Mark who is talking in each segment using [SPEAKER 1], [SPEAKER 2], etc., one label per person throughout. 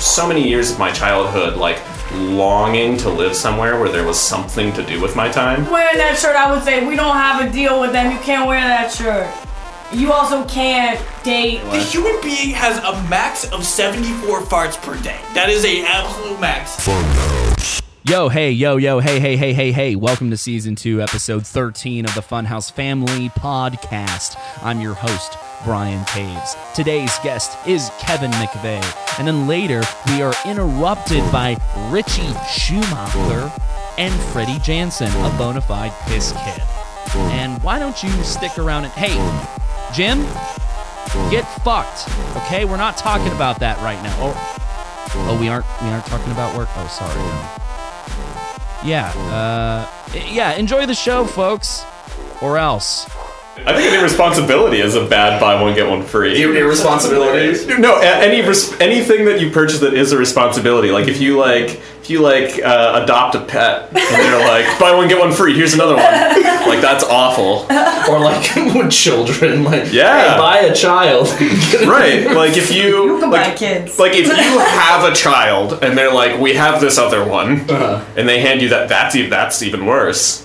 [SPEAKER 1] so many years of my childhood like longing to live somewhere where there was something to do with my time.
[SPEAKER 2] Wearing that shirt, I would say we don't have a deal with them. You can't wear that shirt. You also can't date.
[SPEAKER 3] The human being has a max of 74 farts per day. That is a absolute max.
[SPEAKER 4] Yo, hey, yo, yo, hey, hey, hey, hey, hey. Welcome to season two, episode 13 of the Funhouse Family Podcast. I'm your host, Brian Caves. Today's guest is Kevin McVeigh. And then later, we are interrupted by Richie Schumacher and Freddie Jansen, a bona fide piss kid. And why don't you stick around and. Hey, Jim, get fucked, okay? We're not talking about that right now. Oh, oh we aren't we aren't talking about work. Oh, sorry. No. Yeah, uh, yeah, enjoy the show, folks, or else.
[SPEAKER 1] I think irresponsibility is a bad buy one get one free.
[SPEAKER 5] Your irresponsibilities.
[SPEAKER 1] No, a- any res- anything that you purchase that is a responsibility. Like if you like if you like uh, adopt a pet and they're like buy one get one free, here's another one. Like that's awful.
[SPEAKER 5] Or like when children, like
[SPEAKER 1] Yeah.
[SPEAKER 5] hey, buy a child.
[SPEAKER 1] Right. Like if you,
[SPEAKER 2] You can
[SPEAKER 1] like,
[SPEAKER 2] buy kids.
[SPEAKER 1] Like if you have a child and they're like we have this other one and they hand you that that's even that's even worse.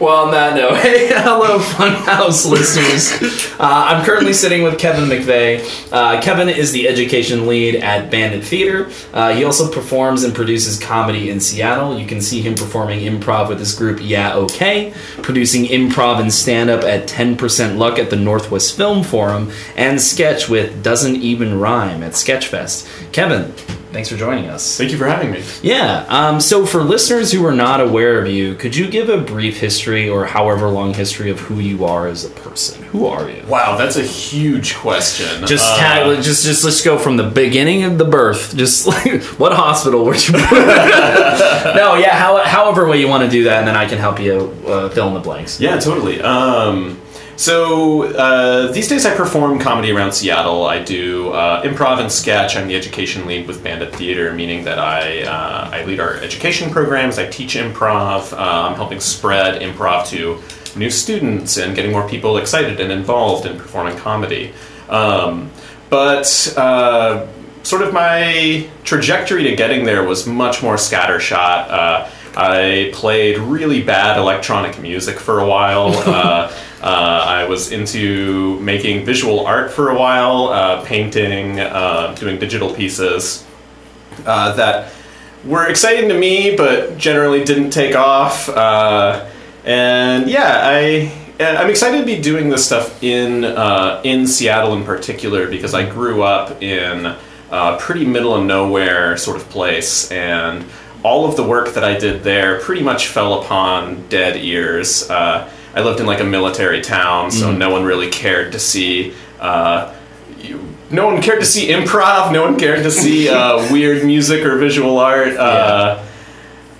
[SPEAKER 5] Well, on that note, hey, hello, Funhouse listeners. Uh, I'm currently sitting with Kevin McVeigh. Uh, Kevin is the education lead at Bandit Theater. Uh, he also performs and produces comedy in Seattle. You can see him performing improv with his group Yeah Okay, producing improv and stand up at 10% Luck at the Northwest Film Forum, and sketch with Doesn't Even Rhyme at Sketchfest. Kevin, thanks for joining us.
[SPEAKER 1] Thank you for having me.
[SPEAKER 5] Yeah. Um, so, for listeners who are not aware of you, could you give a brief history or however long history of who you are as a person? Who are you?
[SPEAKER 1] Wow, that's a huge question.
[SPEAKER 5] Just
[SPEAKER 1] Uh,
[SPEAKER 5] tag, just just let's go from the beginning of the birth. Just like, what hospital were you born? no, yeah. How, however way you want to do that, and then I can help you uh, fill in the blanks.
[SPEAKER 1] Yeah, totally. Um, so uh, these days I perform comedy around Seattle. I do uh, improv and sketch. I'm the education lead with Bandit Theater, meaning that I uh, I lead our education programs. I teach improv. Uh, I'm helping spread improv to new students and getting more people excited and involved in performing comedy. Um, but uh, sort of my trajectory to getting there was much more scattershot. Uh, I played really bad electronic music for a while. uh, uh, I was into making visual art for a while, uh, painting, uh, doing digital pieces uh, that were exciting to me, but generally didn't take off. Uh, and yeah, I I'm excited to be doing this stuff in uh, in Seattle in particular because I grew up in a pretty middle of nowhere sort of place, and all of the work that I did there pretty much fell upon dead ears. Uh, I lived in like a military town, so no one really cared to see. Uh, no one cared to see improv. No one cared to see uh, weird music or visual art. Uh,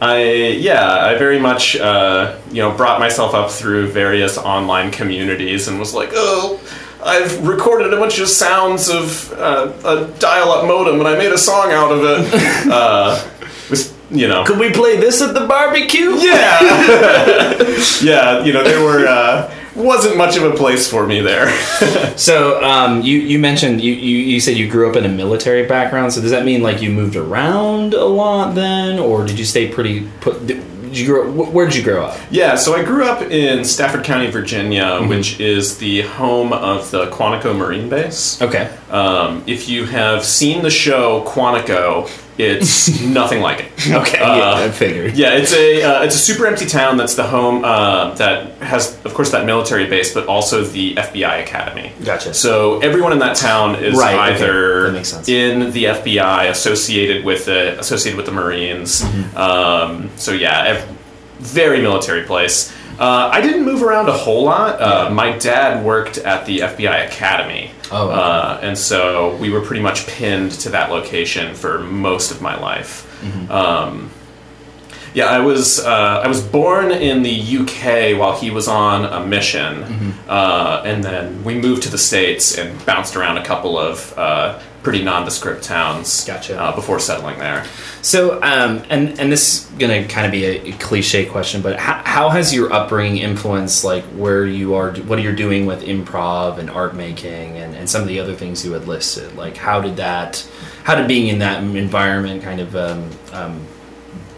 [SPEAKER 1] I yeah, I very much uh, you know brought myself up through various online communities and was like, oh, I've recorded a bunch of sounds of uh, a dial-up modem and I made a song out of it. uh, was you know
[SPEAKER 5] Could we play this at the barbecue?
[SPEAKER 1] yeah yeah you know there were uh, wasn't much of a place for me there.
[SPEAKER 5] So, um, you you mentioned you, you you said you grew up in a military background. So, does that mean like you moved around a lot then, or did you stay pretty put? Did you grow? wh- Where did you grow up?
[SPEAKER 1] Yeah, so I grew up in Stafford County, Virginia, which is the home of the Quantico Marine Base.
[SPEAKER 5] Okay.
[SPEAKER 1] Um, if you have seen the show Quantico, it's nothing like it.
[SPEAKER 5] Okay.
[SPEAKER 1] Uh,
[SPEAKER 5] yeah, I figured.
[SPEAKER 1] Yeah, it's a uh, it's a super empty town that's the home uh, that has, of course, that military base, but also the FBI academy.
[SPEAKER 5] Gotcha.
[SPEAKER 1] So everyone in that town is
[SPEAKER 5] Right, okay.
[SPEAKER 1] either
[SPEAKER 5] That makes sense.
[SPEAKER 1] in the FBI, associated with the associated with the Marines.
[SPEAKER 5] Mm-hmm.
[SPEAKER 1] Um, so yeah, ev- very military place. Uh, I didn't move around a whole lot. Uh, My dad worked at the FBI academy.
[SPEAKER 5] Oh, okay.
[SPEAKER 1] Uh, and so we were pretty much pinned to that location for most of my life. Um, yeah, I was uh, I was born in the UK while he was on a mission, uh, and then we moved to the states and bounced around a couple of uh, pretty nondescript towns.
[SPEAKER 5] Gotcha.
[SPEAKER 1] Uh, before settling there.
[SPEAKER 5] So, um, and and this is gonna kind of be a cliche question, but how, how has your upbringing influenced like where you are, what you're doing with improv and art making, and, and some of the other things you had listed? Like, how did that, how did being in that environment kind of um, um,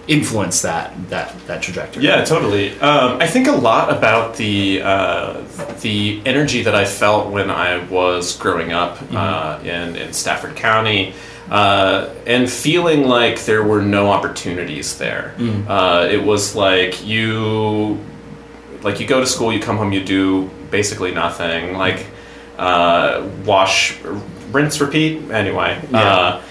[SPEAKER 5] influence that that that trajectory?
[SPEAKER 1] Yeah, totally. Um, I think a lot about the uh, the energy that I felt when I was growing up uh, in in Stafford County. Uh, and feeling like there were no opportunities there. Uh, it was like you, like you go to school, you come home, you do basically nothing. Like uh, wash, rinse, repeat. Anyway,
[SPEAKER 5] Yeah.
[SPEAKER 1] uh,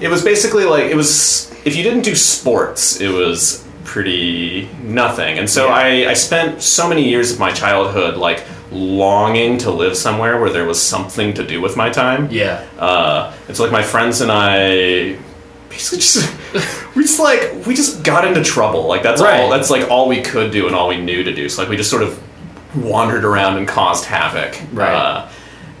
[SPEAKER 1] it was basically like it was if you didn't do sports it was pretty nothing and so I, I spent so many years of my childhood like longing to live somewhere where there was something to do with my time
[SPEAKER 5] yeah.
[SPEAKER 1] uh, it's like my friends and i basically just we just like we just got into trouble like that's
[SPEAKER 5] Right.
[SPEAKER 1] all that's like all we could do and all we knew to do so like we just sort of wandered around and caused havoc
[SPEAKER 5] Right.
[SPEAKER 1] uh,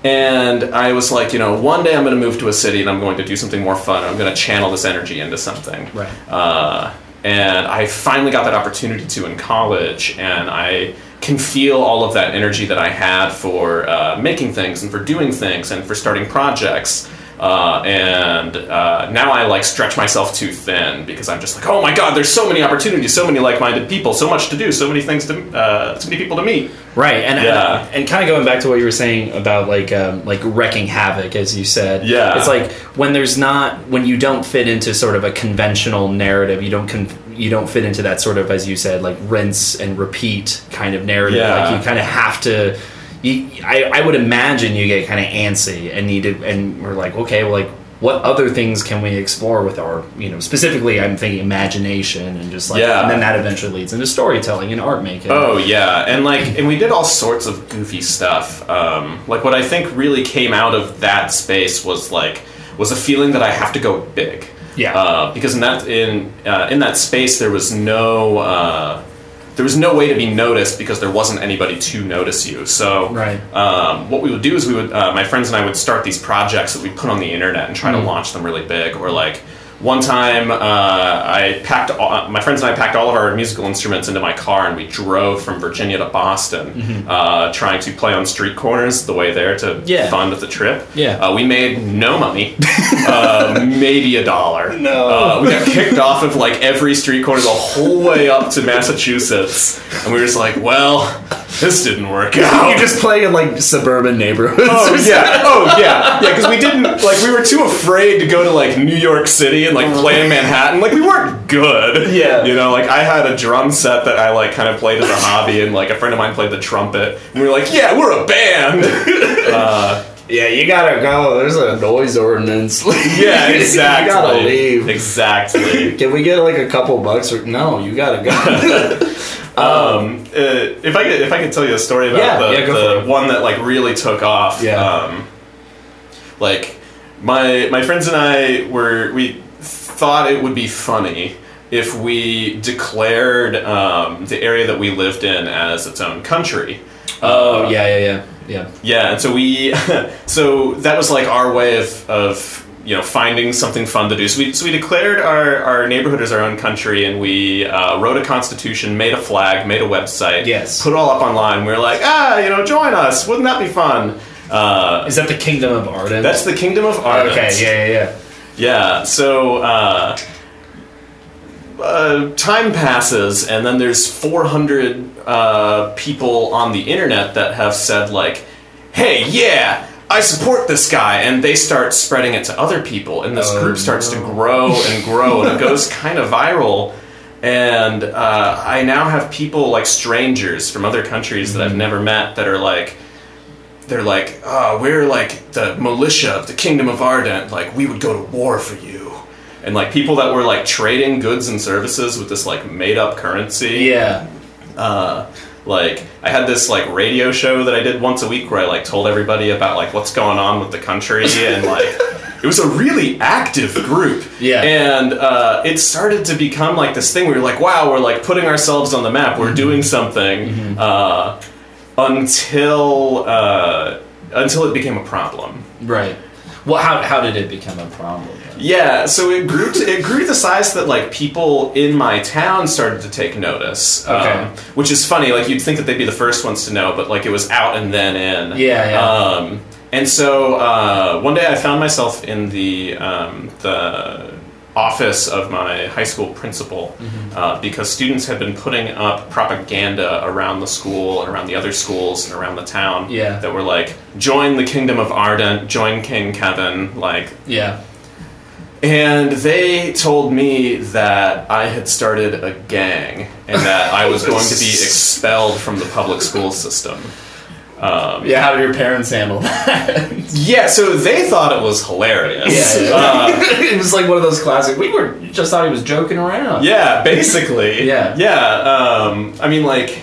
[SPEAKER 1] and I was like, you know, one day I'm going to move to a city and I'm going to do something more fun. I'm going to channel this energy into something.
[SPEAKER 5] Right.
[SPEAKER 1] Uh, and I finally got that opportunity to in college, and I can feel all of that energy that I had for uh, making things and for doing things and for starting projects. Uh, and uh, now I like stretch myself too thin because I'm just like, oh my god, there's so many opportunities, so many like-minded people, so much to do, so many things to, uh, so many people to meet.
[SPEAKER 5] Right, and uh,
[SPEAKER 1] Yeah.
[SPEAKER 5] and, kind of going back to what you were saying about like um, like wrecking havoc, as you said.
[SPEAKER 1] Yeah.
[SPEAKER 5] it's like when there's not when you don't fit into sort of a conventional narrative, you don't con- you don't fit into that sort of as you said like rinse and repeat kind of narrative.
[SPEAKER 1] Yeah.
[SPEAKER 5] Like you kind of have to. You, I, I would imagine you get kind of antsy and need to, and we're like, okay, well, like what other things can we explore with our, you know, specifically I'm thinking imagination and just like,
[SPEAKER 1] Yeah.
[SPEAKER 5] and then that eventually leads into storytelling and art making.
[SPEAKER 1] Oh yeah, and like, and we did all sorts of goofy stuff. Um, like, what I think really came out of that space was like was a feeling that I have to go big.
[SPEAKER 5] Yeah.
[SPEAKER 1] Uh, because in that in uh, in that space there was no uh, there was no way to be noticed because there wasn't anybody to notice you. So
[SPEAKER 5] Right.
[SPEAKER 1] um, what we would do is we would uh, my friends and I would start these projects that we put on the internet and
[SPEAKER 5] Mm-hmm.
[SPEAKER 1] try to launch them really big or like one time uh, I packed all, my friends and I packed all of our musical instruments into my car and we drove from Virginia to Boston uh, trying to play on street corners the way there to
[SPEAKER 5] Mm-hmm. Yeah.
[SPEAKER 1] fund the trip
[SPEAKER 5] Yeah.
[SPEAKER 1] uh, we made no money uh, maybe a dollar no uh, we got kicked off of like every street corner the whole way up to Massachusetts and we were just like well this didn't work out
[SPEAKER 5] you just play in like suburban neighborhoods.
[SPEAKER 1] Oh yeah! Oh yeah! Yeah, because we didn't like we were too afraid to go to like New York City and like play in Manhattan. Like we weren't good.
[SPEAKER 5] Yeah.
[SPEAKER 1] you know, like I had a drum set that I like kind of played as a hobby, and like a friend of mine played the trumpet, and we were like, yeah, we're a band. Uh,
[SPEAKER 5] yeah, you gotta go. There's a noise ordinance.
[SPEAKER 1] yeah, exactly.
[SPEAKER 5] you gotta leave.
[SPEAKER 1] Exactly.
[SPEAKER 5] Can we get like a couple bucks? Or no, you gotta go.
[SPEAKER 1] Um, uh, if I could, if I could tell you a story about
[SPEAKER 5] Yeah,
[SPEAKER 1] the,
[SPEAKER 5] yeah, go for
[SPEAKER 1] the
[SPEAKER 5] it.
[SPEAKER 1] one that like really took off.
[SPEAKER 5] Yeah.
[SPEAKER 1] Um, like my my friends and I were we thought it would be funny if we declared um, the area that we lived in as its own country.
[SPEAKER 5] oh yeah, yeah, yeah, yeah.
[SPEAKER 1] Yeah, and so we, so that was like our way of, of you know finding something fun to do. So we, so we declared our, our neighborhood as our own country, and we uh, wrote a constitution, made a flag, made a website,
[SPEAKER 5] Yes.
[SPEAKER 1] put it all up online. We were like, ah, you know, join us. Wouldn't that be fun? Uh,
[SPEAKER 5] Is that the Kingdom of Arden?
[SPEAKER 1] that's the kingdom of Ireland.
[SPEAKER 5] okay. Yeah, yeah, yeah.
[SPEAKER 1] Yeah, so uh, uh, time passes, and then there's 400 uh, people on the internet that have said, like, hey, yeah, I support this guy, and they start spreading it to other people, and this
[SPEAKER 5] Oh,
[SPEAKER 1] group starts
[SPEAKER 5] no.
[SPEAKER 1] to grow and grow, and it goes kind of viral. And uh, I now have people like strangers from other countries
[SPEAKER 5] Mm-hmm.
[SPEAKER 1] that I've never met that are like, they're like, uh, we're like the militia of the Kingdom of Ardent. Like, we would go to war for you. And like people that were like trading goods and services with this like made up currency.
[SPEAKER 5] Yeah.
[SPEAKER 1] Uh, like I had this like radio show that I did once a week where I like told everybody about like what's going on with the country and like it was a really active group.
[SPEAKER 5] Yeah.
[SPEAKER 1] And uh, it started to become like this thing where you're like, wow, we're like putting ourselves on the map. We're doing something. Uh, until uh, until it became a problem.
[SPEAKER 5] Right. Well, how, how did it become a problem?
[SPEAKER 1] Yeah, so it grew to, it grew to the size that like people in my town started to take notice. um,
[SPEAKER 5] Okay.
[SPEAKER 1] which is funny. Like you'd think that they'd be the first ones to know, but like it was out and then in.
[SPEAKER 5] Yeah, yeah.
[SPEAKER 1] Um, and so uh, one day I found myself in the um, the office of my high school principal
[SPEAKER 5] Mm-hmm.
[SPEAKER 1] uh, because students had been putting up propaganda around the school and around the other schools and around the town
[SPEAKER 5] Yeah.
[SPEAKER 1] that were like join the kingdom of ardent join king kevin like
[SPEAKER 5] Yeah.
[SPEAKER 1] and they told me that I had started a gang and that I was going to be expelled from the public school system.
[SPEAKER 5] Yeah, how did your parents handle that?
[SPEAKER 1] Yeah, so they thought it was hilarious.
[SPEAKER 5] Yeah, yeah.
[SPEAKER 1] Uh,
[SPEAKER 5] it was like one of those classic. We were just thought he was joking around.
[SPEAKER 1] yeah, basically.
[SPEAKER 5] Yeah.
[SPEAKER 1] Yeah. Um, I mean, like,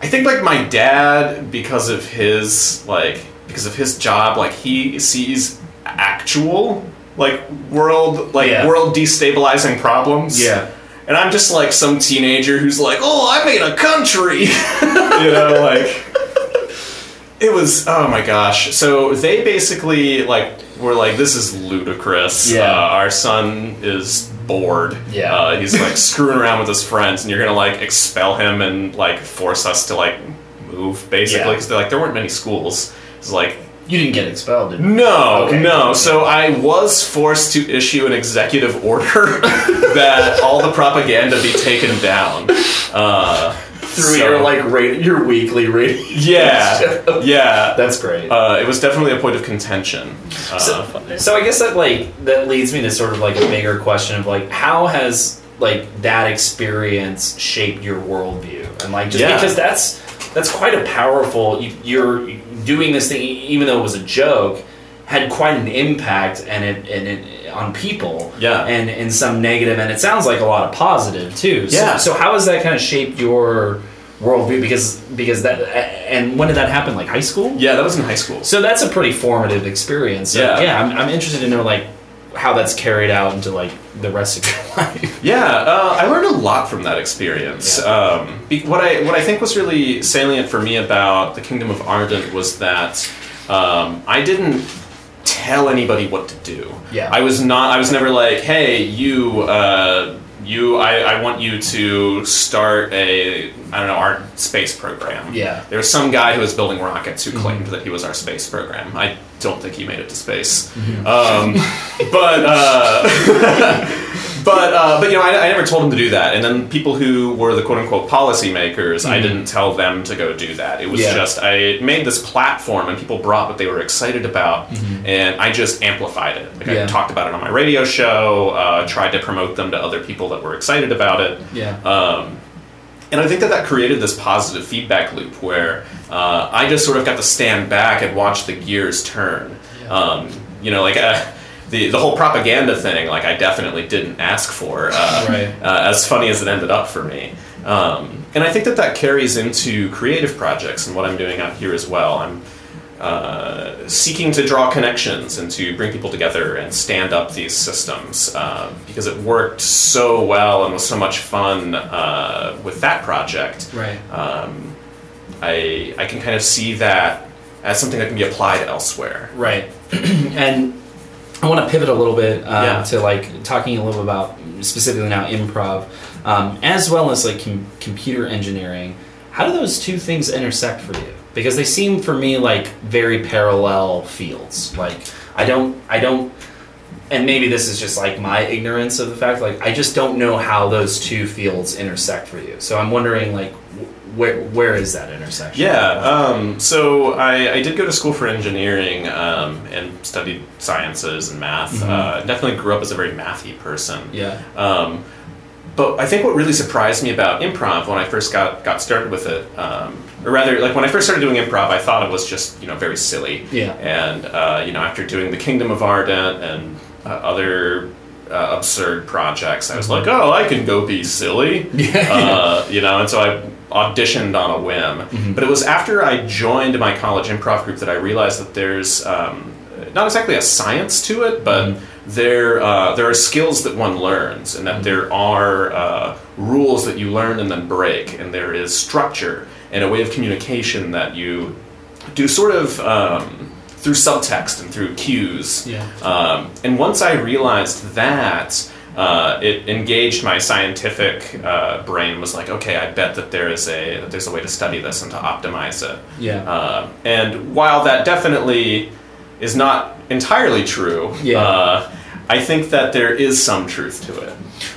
[SPEAKER 1] I think, like, my dad, because of his, like, because of his job, like, he sees actual, like, world, like,
[SPEAKER 5] Yeah.
[SPEAKER 1] world destabilizing problems.
[SPEAKER 5] Yeah.
[SPEAKER 1] And I'm just like some teenager who's like, oh, I made a country. you know, like. It was, oh my gosh. So they basically, like, were like, this is ludicrous.
[SPEAKER 5] Yeah.
[SPEAKER 1] Uh, our son is bored.
[SPEAKER 5] Yeah.
[SPEAKER 1] Uh, he's, like, screwing around with his friends, and you're gonna, like, expel him and, like, force us to, like, move, basically.
[SPEAKER 5] Yeah.
[SPEAKER 1] Because, like, there weren't many schools. It's like,
[SPEAKER 5] You didn't get expelled, did you?
[SPEAKER 1] no,
[SPEAKER 5] Okay.
[SPEAKER 1] no. So I was forced to issue an executive order that all the propaganda be taken down. Uh,
[SPEAKER 5] Through
[SPEAKER 1] so-
[SPEAKER 5] your like rate, your weekly rating.
[SPEAKER 1] yeah, yeah.
[SPEAKER 5] That's great.
[SPEAKER 1] uh, it was definitely a point of contention. Uh,
[SPEAKER 5] so, so I guess that like that leads me to sort of like a bigger question of like how has like that experience shaped your worldview and like just
[SPEAKER 1] Yeah.
[SPEAKER 5] because that's that's quite a powerful you, you're doing this thing e- even though it was a joke had quite an impact and it and it on people
[SPEAKER 1] Yeah.
[SPEAKER 5] and in some negative and it sounds like a lot of positive too So-
[SPEAKER 1] Yeah.
[SPEAKER 5] so, how has that kind of shaped your worldview because because that and when did that happen like high school
[SPEAKER 1] yeah, that was in high school.
[SPEAKER 5] so that's a pretty formative experience. So,
[SPEAKER 1] Yeah.
[SPEAKER 5] yeah, I'm, I'm interested to know like how that's carried out into like the rest of your life.
[SPEAKER 1] Yeah, uh, I learned a lot from that experience. Um, be- what I what I think was really salient for me about the Kingdom of Ardent was that um, I didn't tell anybody what to do.
[SPEAKER 5] Yeah.
[SPEAKER 1] I was not. I was never like, hey, you. Uh, you, I, I want you to start a, I don't know, our space program.
[SPEAKER 5] Yeah. Mm-hmm.
[SPEAKER 1] There was some guy who was building rockets who claimed that he was our space program. I don't think he made it to space.
[SPEAKER 5] Mm-hmm.
[SPEAKER 1] Um, but uh, but uh, but you know, I, I never told him to do that. And then people who were the quote unquote policymakers, I didn't tell them to go do that. It was
[SPEAKER 5] Mm-hmm. Yeah.
[SPEAKER 1] just I made this platform, and people brought what they were excited about, and I just amplified it. Like I
[SPEAKER 5] Mm-hmm. Yeah.
[SPEAKER 1] talked about it on my radio show, uh, tried to promote them to other people that were excited about it.
[SPEAKER 5] Yeah.
[SPEAKER 1] Um, and I think that that created this positive feedback loop where uh, I just sort of got to stand back and watch the gears turn. Um, you know, like uh, the the whole propaganda thing. Like I definitely didn't ask for. Uh,
[SPEAKER 5] Right.
[SPEAKER 1] uh, as funny as it ended up for me. Um, and I think that that carries into creative projects and what I'm doing out here as well. I'm uh, seeking to draw connections and to bring people together and stand up these systems um, because it worked so well and was so much fun uh, with that project.
[SPEAKER 5] Right.
[SPEAKER 1] Um, I I can kind of see that as something that can be applied elsewhere.
[SPEAKER 5] Right. and I want to pivot a little bit uh,
[SPEAKER 1] Yeah.
[SPEAKER 5] to like talking a little about specifically now improv, um, as well as like com- computer engineering. How do those two things intersect for you? Because they seem for me like very parallel fields. Like I don't, I don't, and maybe this is just like my ignorance of the fact. Like I just don't know how those two fields intersect for you. So I'm wondering like wh- where where is that intersection?
[SPEAKER 1] Yeah, um, so I, I did go to school for engineering um, and studied sciences and math. Uh, definitely grew up as a very mathy person.
[SPEAKER 5] Mm-hmm. Yeah.
[SPEAKER 1] Um, but I think what really surprised me about improv when I first got, got started with it, um, or rather, like when I first started doing improv, I thought it was just you know very silly.
[SPEAKER 5] Yeah.
[SPEAKER 1] And uh, you know, after doing the Kingdom of Ardent and uh, other uh, absurd projects, I was like, oh, I can go be silly.
[SPEAKER 5] Yeah.
[SPEAKER 1] Uh, you know, and so I auditioned on a whim. But it was after I joined my college improv group that I realized that there's um, not exactly a science to it, but there uh, there are skills that one learns, and that there are uh, rules that you learn and then break, and there is structure and a way of communication that you do sort of um, through subtext and through cues.
[SPEAKER 6] Yeah.
[SPEAKER 1] Um, and once I realized that, uh, it engaged my scientific uh, brain. Was like, okay, I bet that there is a that there's a way to study this and to optimize it.
[SPEAKER 6] Yeah.
[SPEAKER 1] Uh, and while that definitely is not entirely true,
[SPEAKER 5] Yeah.
[SPEAKER 1] uh, I think that there is some truth to it.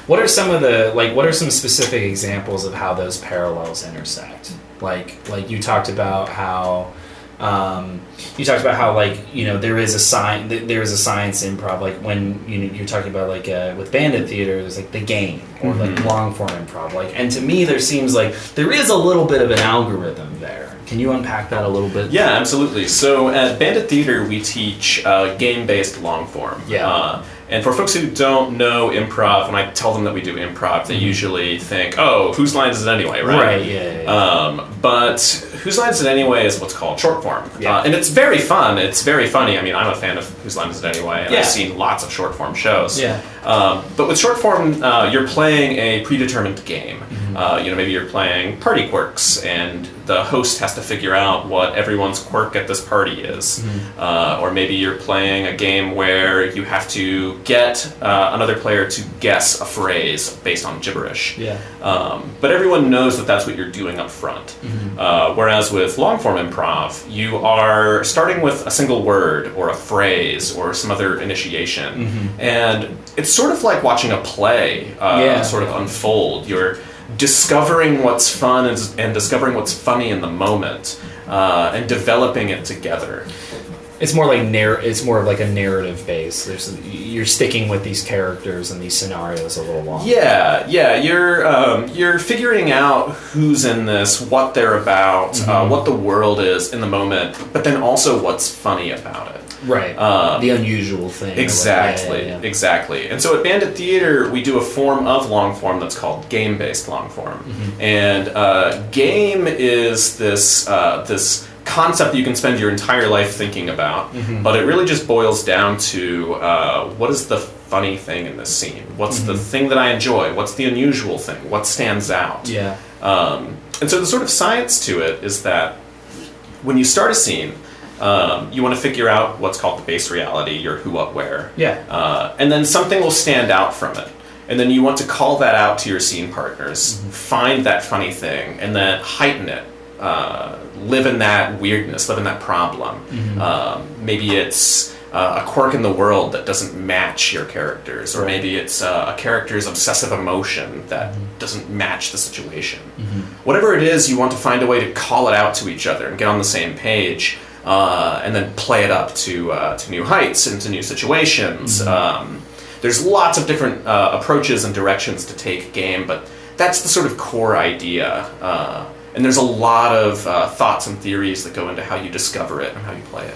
[SPEAKER 5] What are some of the like? What are some specific examples of how those parallels intersect? Like, like you talked about how, um, you talked about how like you know there is a sign th- there is a science improv like when you know, you're talking about like uh, with bandit theater there's like the game or like long form improv like and to me there seems like there is a little bit of an algorithm there. Can you unpack that a little bit?
[SPEAKER 1] Yeah, absolutely. So at Bandit Theater, we teach uh, game-based long form.
[SPEAKER 5] Yeah.
[SPEAKER 1] Uh, and for folks who don't know improv, when I tell them that we do improv, they usually think, "Oh, whose line is it anyway?" Right.
[SPEAKER 5] Mm-hmm. Right, yeah, yeah, yeah.
[SPEAKER 1] Um, but whose line is it anyway is what's called short form,
[SPEAKER 5] Yeah.
[SPEAKER 1] uh, and it's very fun. It's very funny. I mean, I'm a fan of whose line is it anyway, and
[SPEAKER 5] Yeah.
[SPEAKER 1] I've seen lots of short form shows.
[SPEAKER 6] Yeah.
[SPEAKER 1] Um, but with short form, uh, you're playing a predetermined game. Uh, you know, maybe you're playing party quirks, and the host has to figure out what everyone's quirk at this party is. Uh, or maybe you're playing a game where you have to get uh, another player to guess a phrase based on gibberish.
[SPEAKER 6] Yeah.
[SPEAKER 1] Um, but everyone knows that that's what you're doing up front. Uh, whereas with long form improv, you are starting with a single word or a phrase or some other initiation. And it's sort of like watching a play uh,
[SPEAKER 5] Yeah.
[SPEAKER 1] sort of unfold. You're discovering what's fun and, and discovering what's funny in the moment uh, and developing it together.
[SPEAKER 5] It's more like narr- It's more of like a narrative base. There's you're sticking with these characters and these scenarios a little longer.
[SPEAKER 1] Yeah, yeah, you're um, you're figuring out who's in this, what they're about, uh, what the world is in the moment, but then also what's funny about it.
[SPEAKER 5] Right.
[SPEAKER 1] Uh,
[SPEAKER 5] the unusual thing.
[SPEAKER 1] Exactly,
[SPEAKER 5] Yeah, yeah, yeah.
[SPEAKER 1] exactly. And so at Bandit Theater, we do a form of long form that's called game based long form.
[SPEAKER 6] Mm-hmm.
[SPEAKER 1] And uh, game is this, uh, this concept you can spend your entire life thinking about,
[SPEAKER 6] Mm-hmm.
[SPEAKER 1] but it really just boils down to uh, what is the funny thing in this scene? What's the
[SPEAKER 6] Mm-hmm.
[SPEAKER 1] thing that I enjoy? What's the unusual thing? What stands out?
[SPEAKER 6] Yeah.
[SPEAKER 1] Um, and so the sort of science to it is that when you start a scene, um, you want to figure out what's called the base reality, your who, what, where.
[SPEAKER 6] Yeah.
[SPEAKER 1] Uh, and then something will stand out from it. And then you want to call that out to your scene partners, find that funny thing, and then heighten it. Uh, live in that weirdness, live in that problem. Um, maybe it's uh, a quirk in the world that doesn't match your characters, or maybe it's uh, a character's obsessive emotion that doesn't match the situation. Whatever it is, you want to find a way to call it out to each other and get on the same page, uh, and then play it up to uh, to new heights and to new situations. Um, there's lots of different uh, approaches and directions to take game, but that's the sort of core idea. Uh, and there's a lot of uh, thoughts and theories that go into how you discover it and how you play it.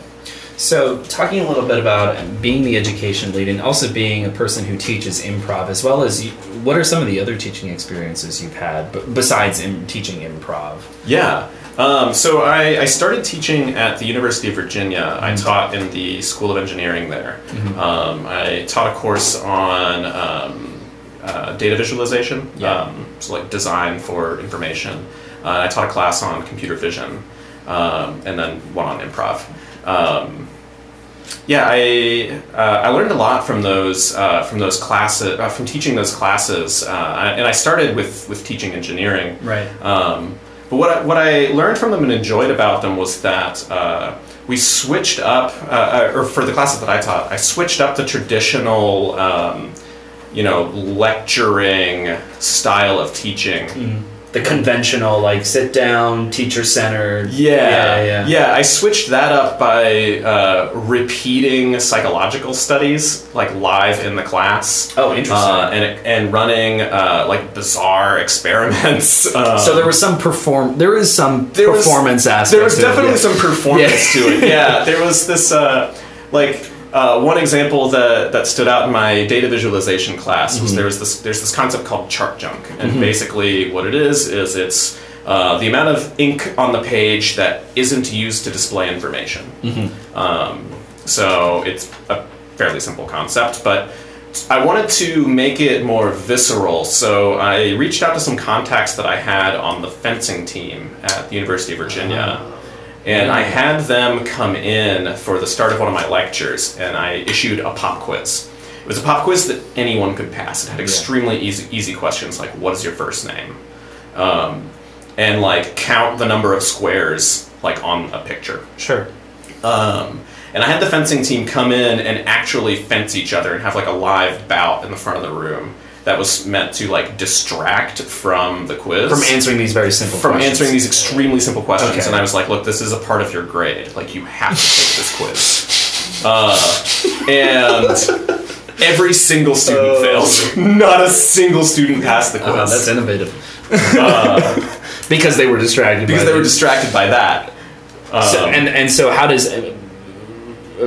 [SPEAKER 5] So, talking a little bit about being the education lead and also being a person who teaches improv, as well as you, what are some of the other teaching experiences you've had b- besides in teaching improv?
[SPEAKER 1] Yeah. Um, so I, I started teaching at the University of Virginia. I taught in the School of Engineering there. Um, I taught a course on um, uh, data visualization,
[SPEAKER 5] Yeah.
[SPEAKER 1] um, so like design for information. Uh, I taught a class on computer vision, um, and then one on improv. Um, yeah, I uh, I learned a lot from those uh, from those classes uh, from teaching those classes, uh, and I started with with teaching engineering.
[SPEAKER 6] Right.
[SPEAKER 5] Uh,
[SPEAKER 1] Um, but what I, what I learned from them and enjoyed about them was that uh, we switched up, uh, uh, or for the classes that I taught, I switched up the traditional, um, you know, lecturing style of teaching.
[SPEAKER 5] Mm-hmm. The conventional, like sit down, teacher centered.
[SPEAKER 1] Yeah,
[SPEAKER 5] yeah,
[SPEAKER 1] I switched that up by uh, repeating psychological studies, like live in the class.
[SPEAKER 5] Oh, interesting.
[SPEAKER 1] Uh, and and running uh, like bizarre experiments. Um,
[SPEAKER 5] So there was some perform. There is some
[SPEAKER 1] There was-
[SPEAKER 5] performance aspect.
[SPEAKER 1] There was
[SPEAKER 5] to it,
[SPEAKER 1] definitely
[SPEAKER 5] yeah.
[SPEAKER 1] some performance
[SPEAKER 5] Yeah.
[SPEAKER 1] to it. Yeah, there was this uh, like uh, one example that that stood out in my data visualization class was there was this there's this concept called chart junk, and basically what it is is it's uh, the amount of ink on the page that isn't used to display information. Um, so it's a fairly simple concept, but I wanted to make it more visceral. So I Uh-huh. reached out to some contacts that I had on the fencing team at the University of Virginia. and I had them come in for the start of one of my lectures, and I issued a pop quiz. It was a pop quiz that anyone could pass. It had extremely easy, easy questions like, "What is your first name?" Um, and like count the number of squares like on a picture.
[SPEAKER 5] Sure.
[SPEAKER 1] Um, and I had the fencing team come in and actually fence each other and have like a live bout in the front of the room that was meant to like distract from the quiz
[SPEAKER 5] From answering these very simple
[SPEAKER 1] from
[SPEAKER 5] questions.
[SPEAKER 1] answering these extremely simple questions.
[SPEAKER 5] Okay.
[SPEAKER 1] And I was like, look, this is a part of your grade. Like you have to take this quiz. Uh, and every single student
[SPEAKER 5] Oh.
[SPEAKER 1] fails. Not a single student passed the quiz
[SPEAKER 5] Wow, Oh, that's innovative. because they were distracted.
[SPEAKER 1] Uh, because
[SPEAKER 5] by
[SPEAKER 1] they were
[SPEAKER 5] the-
[SPEAKER 1] distracted by that.
[SPEAKER 5] So,
[SPEAKER 1] Um,
[SPEAKER 5] and and so how does uh,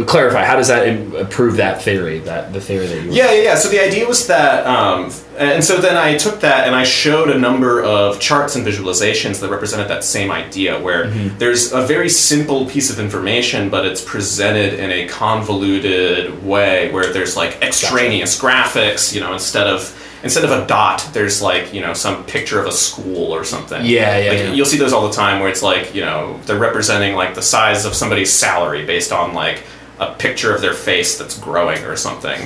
[SPEAKER 5] clarify? How does that im- prove that theory? That the theory that you were-
[SPEAKER 1] Yeah, yeah, yeah. So the idea was that, um, and so then I took that and I showed a number of charts and visualizations that represented that same idea, where
[SPEAKER 5] Mm-hmm.
[SPEAKER 1] there's a very simple piece of information, but it's presented in a convoluted way, where there's like extraneous graphics, you know, instead of instead of a dot, there's like you know some picture of a school or something.
[SPEAKER 5] Yeah, yeah,
[SPEAKER 1] Like,
[SPEAKER 5] yeah.
[SPEAKER 1] You'll see those all the time, where it's like you know they're representing like the size of somebody's salary based on like. A picture of their face that's growing or something.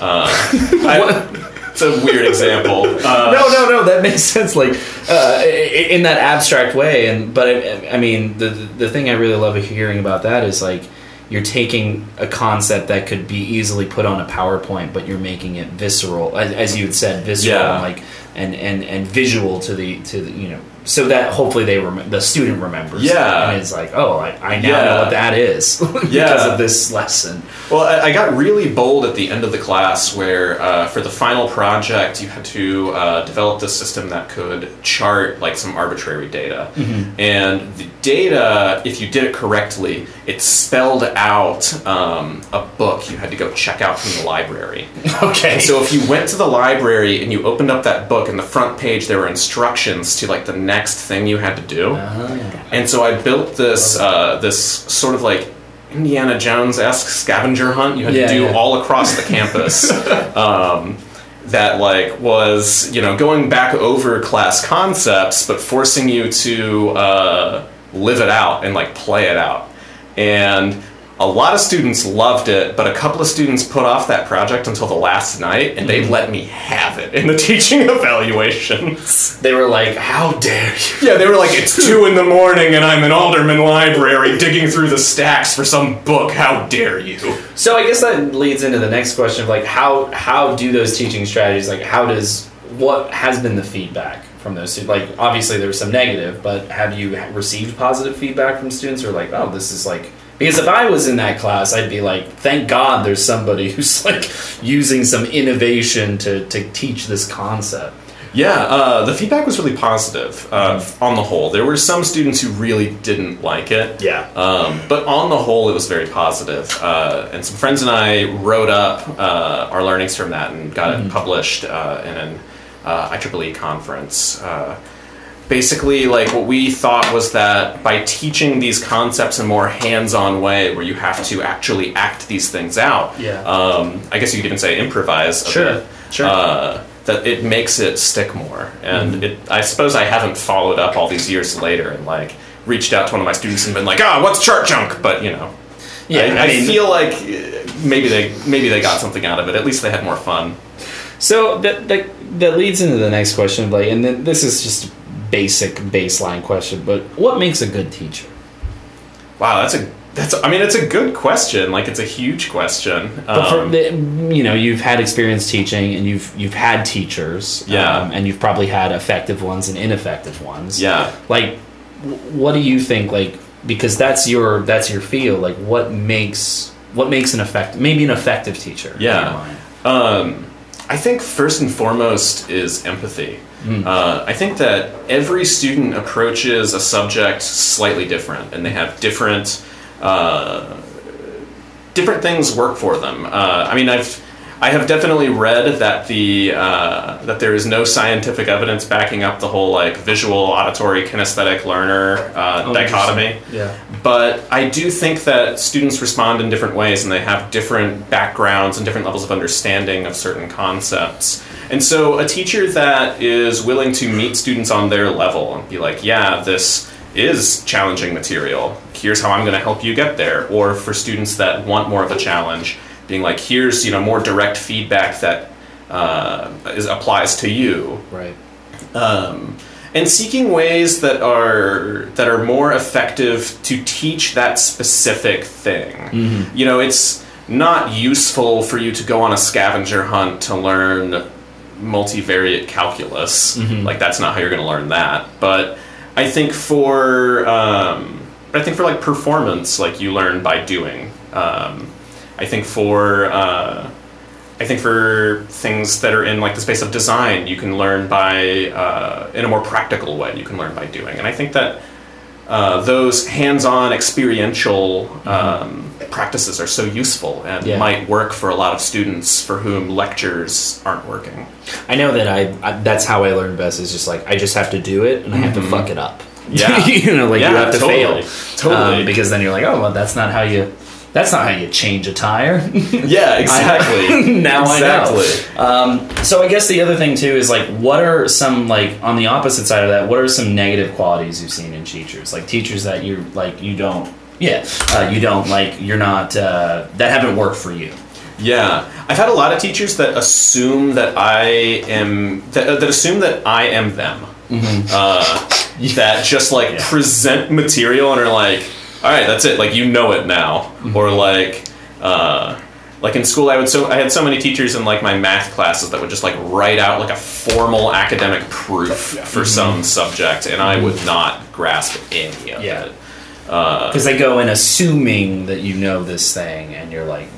[SPEAKER 1] I, it's a weird example. Uh,
[SPEAKER 5] No, no, no. That makes sense. Like uh, i- in that abstract way, and but I, I mean, the the thing I really love hearing about that is like you're taking a concept that could be easily put on a PowerPoint, but you're making it visceral, as, as you had said, visceral,
[SPEAKER 1] Yeah.
[SPEAKER 5] and like and and and visual to the to the, you know. So that hopefully they rem- the student remembers, it.
[SPEAKER 1] Yeah.
[SPEAKER 5] and it's like, oh, I, I now know
[SPEAKER 1] Yeah.
[SPEAKER 5] what that is because
[SPEAKER 1] Yeah.
[SPEAKER 5] of this lesson.
[SPEAKER 1] Well, I, I got really bold at the end of the class where uh, for the final project you had to uh, develop this system that could chart like some arbitrary data. And the data, if you did it correctly, it spelled out um, a book you had to go check out from the library.
[SPEAKER 5] Okay,
[SPEAKER 1] And so if you went to the library and you opened up that book, and the front page there were instructions to like the next thing you had to do. And so I built this uh, this sort of like Indiana Jones esque scavenger hunt you had
[SPEAKER 5] Yeah,
[SPEAKER 1] to do
[SPEAKER 5] yeah.
[SPEAKER 1] all across the campus. um, that like was you know going back over class concepts, but forcing you to uh, live it out and like play it out. And a lot of students loved it, but a couple of students put off that project until the last night, and
[SPEAKER 5] Mm-hmm.
[SPEAKER 1] they let me have it in the teaching evaluations.
[SPEAKER 5] they were like, how dare you.
[SPEAKER 1] Yeah, they were like, it's two in the morning and I'm in Alderman Library digging through the stacks for some book. How dare you?
[SPEAKER 5] So I guess that leads into the next question of like how how do those teaching strategies like how does what has been the feedback from those stu- like obviously there was some negative but have you ha- received positive feedback from students or like oh this is like because if I was in that class I'd be like thank God there's somebody who's like using some innovation to to teach this concept
[SPEAKER 1] Yeah, uh, the feedback was really positive uh, on the whole. There were some students who really didn't like it.
[SPEAKER 5] Yeah.
[SPEAKER 1] Um, but on the whole, it was very positive. Uh, and some friends and I wrote up uh, our learnings from that and got it published uh, in an uh, IEEE conference. Uh, basically, like what we thought was that by teaching these concepts in a more hands-on way, where you have to actually act these things out.
[SPEAKER 5] Yeah.
[SPEAKER 1] Um, I guess you could even say improvise. a
[SPEAKER 5] Sure,
[SPEAKER 1] bit,
[SPEAKER 5] sure. Mm-hmm.
[SPEAKER 1] Uh, that it makes it stick more, and it, I suppose I haven't followed up all these years later and like reached out to one of my students and been like, ah, what's chart junk? But you know, I, I feel like uh, maybe they maybe they got something out of it. At least they had more fun.
[SPEAKER 5] So that, that that leads into the next question, like, and then this is just a basic baseline question, but what makes a good teacher?
[SPEAKER 1] Wow, that's a that's I mean, it's a good question. Like, it's a huge question.
[SPEAKER 5] But for
[SPEAKER 1] Um,
[SPEAKER 5] the, you know, you've had experience teaching, and you've you've had teachers, um,
[SPEAKER 1] Yeah.
[SPEAKER 5] and you've probably had effective ones and ineffective ones.
[SPEAKER 1] yeah.
[SPEAKER 5] Like, wh- what do you think? Like, because that's your that's your field. Like, what makes what makes an effect maybe an effective teacher? in
[SPEAKER 1] Yeah.
[SPEAKER 5] your mind?
[SPEAKER 1] Um, I think first and foremost is empathy. Uh, I think that every student approaches a subject slightly different, and they have different uh, different things work for them. Uh, I mean, I've I have definitely read that the uh, that there is no scientific evidence backing up the whole like visual, auditory, kinesthetic learner uh, dichotomy.
[SPEAKER 5] Oh, Yeah.
[SPEAKER 1] But I do think that students respond in different ways and they have different backgrounds and different levels of understanding of certain concepts. And so a teacher that is willing to meet students on their level and be like, yeah, this is challenging material. here's how I'm going to help you get there. Or for students that want more of a challenge, being like, here's you know more direct feedback that uh, is, applies to you
[SPEAKER 5] Right.
[SPEAKER 1] um, and seeking ways that are that are more effective to teach that specific thing. You know, it's not useful for you to go on a scavenger hunt to learn multivariate calculus. Like that's not how you're going to learn that. But I think for um, I think for like performance, like you learn by doing. Um, I think for uh, I think for things that are in like the space of design, you can learn by uh, in a more practical way. You can learn by doing, and I think that uh, those hands-on experiential um, practices are so useful and
[SPEAKER 5] Yeah.
[SPEAKER 1] might work for a lot of students for whom lectures aren't working.
[SPEAKER 5] I know that I, I that's how I learn best is just like I just have to do it and I have to fuck it up.
[SPEAKER 1] Mm-hmm. Yeah.
[SPEAKER 5] you know, like you
[SPEAKER 1] Yeah,
[SPEAKER 5] have to
[SPEAKER 1] totally.
[SPEAKER 5] fail.
[SPEAKER 1] Totally.
[SPEAKER 5] Um, because then you're like, oh well that's not how you that's not how you change a tire.
[SPEAKER 1] Yeah, exactly.
[SPEAKER 5] now
[SPEAKER 1] Exactly.
[SPEAKER 5] I know. Um, so I guess the other thing too is like, what are some like on the opposite side of that? What are some negative qualities you've seen in teachers? Like teachers that you're like you don't, yeah, uh, you don't like you're not uh, that haven't worked for you.
[SPEAKER 1] Yeah, I've had a lot of teachers that assume that I am that, that assume that I am them. Mm-hmm. Uh, that just like
[SPEAKER 5] Yeah.
[SPEAKER 1] present material and are like, all right, that's it. Like you know it now, or like. Uh, like in school, I would so I had so many teachers in like my math classes that would just like write out like a formal academic proof for some subject, and I would not grasp any of
[SPEAKER 5] Yeah.
[SPEAKER 1] it.
[SPEAKER 5] Because Uh, they go in assuming that you know this thing, and you're like,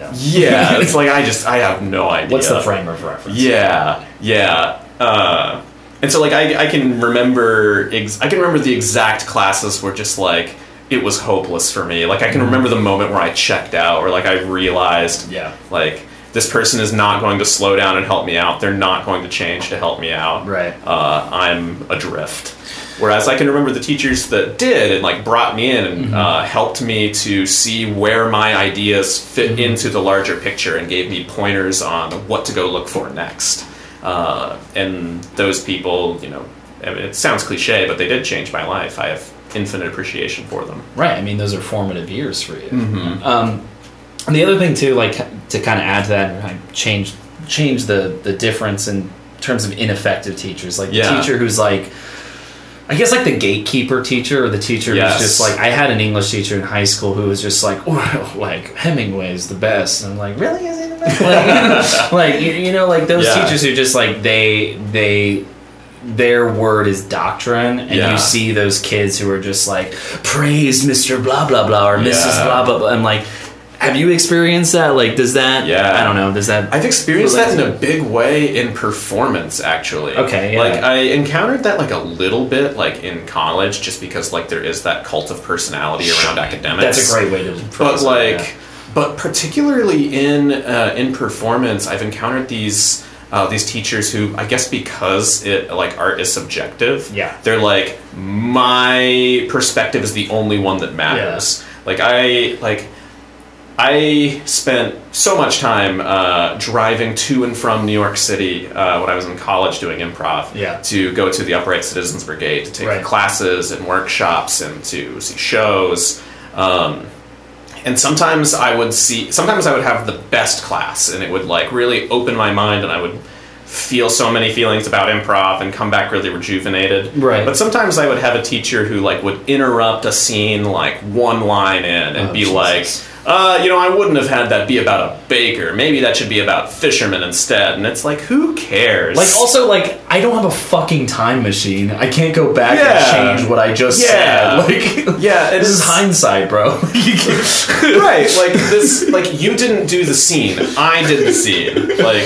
[SPEAKER 5] "Nah, I don't.
[SPEAKER 1] Yeah, it's like I just I have no idea.
[SPEAKER 5] What's the frame of reference?
[SPEAKER 1] Yeah, yeah. Uh, and so like I, I can remember ex- I can remember the exact classes where just like it was hopeless for me. Like I can remember the moment where I checked out or like I realized
[SPEAKER 5] Yeah.
[SPEAKER 1] like this person is not going to slow down and help me out. They're not going to change to help me out.
[SPEAKER 5] Right.
[SPEAKER 1] Uh, I'm adrift. Whereas I can remember the teachers that did and like brought me in and uh, helped me to see where my ideas fit into the larger picture and gave me pointers on what to go look for next. Uh, and those people, you know, I mean, it sounds cliche, but they did change my life. I have infinite appreciation for them.
[SPEAKER 5] Right. I mean, those are formative years for you.
[SPEAKER 1] Mm-hmm.
[SPEAKER 5] Um, and the other thing too, like to kind of add to that, I change change the the difference in terms of ineffective teachers, like the
[SPEAKER 1] Yeah.
[SPEAKER 5] teacher who's like. I guess like the gatekeeper teacher or the teacher
[SPEAKER 1] Yes.
[SPEAKER 5] who's just like I had an English teacher in high school who was just like oh, like Hemingway's the best and I'm like really is he the best like, like, you, you know like those
[SPEAKER 1] Yeah.
[SPEAKER 5] teachers who just like they they their word is doctrine and
[SPEAKER 1] Yeah.
[SPEAKER 5] you see those kids who are just like praise mr blah blah blah or mrs
[SPEAKER 1] Yeah.
[SPEAKER 5] blah blah blah i'm like have you experienced that like does that
[SPEAKER 1] Yeah.
[SPEAKER 5] i don't know does that
[SPEAKER 1] I've experienced that
[SPEAKER 5] Related
[SPEAKER 1] in
[SPEAKER 5] to
[SPEAKER 1] a big way in performance, actually.
[SPEAKER 5] Okay, yeah.
[SPEAKER 1] Like I encountered that like a little bit, like in college, just because like there is that cult of personality around academics.
[SPEAKER 5] that's a great way to
[SPEAKER 1] But
[SPEAKER 5] phrase it,
[SPEAKER 1] like,
[SPEAKER 5] yeah.
[SPEAKER 1] but particularly in uh, in performance, I've encountered these uh, these teachers who I guess because it like art is subjective.
[SPEAKER 5] Yeah.
[SPEAKER 1] They're like my perspective is the only one that matters. Like I like. I spent so much time uh, driving to and from New York City uh, when I was in college doing improv
[SPEAKER 5] Yeah.
[SPEAKER 1] to go to the Upright Citizens Brigade to take
[SPEAKER 5] Right.
[SPEAKER 1] classes and workshops and to see shows. Um, and sometimes I would see, sometimes I would have the best class and it would like really open my mind and I would feel so many feelings about improv and come back really rejuvenated.
[SPEAKER 5] Right.
[SPEAKER 1] But sometimes I would have a teacher who like would interrupt a scene like one line in and
[SPEAKER 5] Oh,
[SPEAKER 1] be
[SPEAKER 5] Jesus.
[SPEAKER 1] like, uh, you know, I wouldn't have had that be about a baker. Maybe that should be about fishermen instead. And it's like, who cares?
[SPEAKER 5] like also like i don't have a fucking time machine i can't go back
[SPEAKER 1] Yeah.
[SPEAKER 5] and change what i just
[SPEAKER 1] Yeah.
[SPEAKER 5] said like
[SPEAKER 1] yeah, it
[SPEAKER 5] this is
[SPEAKER 1] is-
[SPEAKER 5] hindsight bro You can't-
[SPEAKER 1] right like this like you didn't do the scene i did the scene like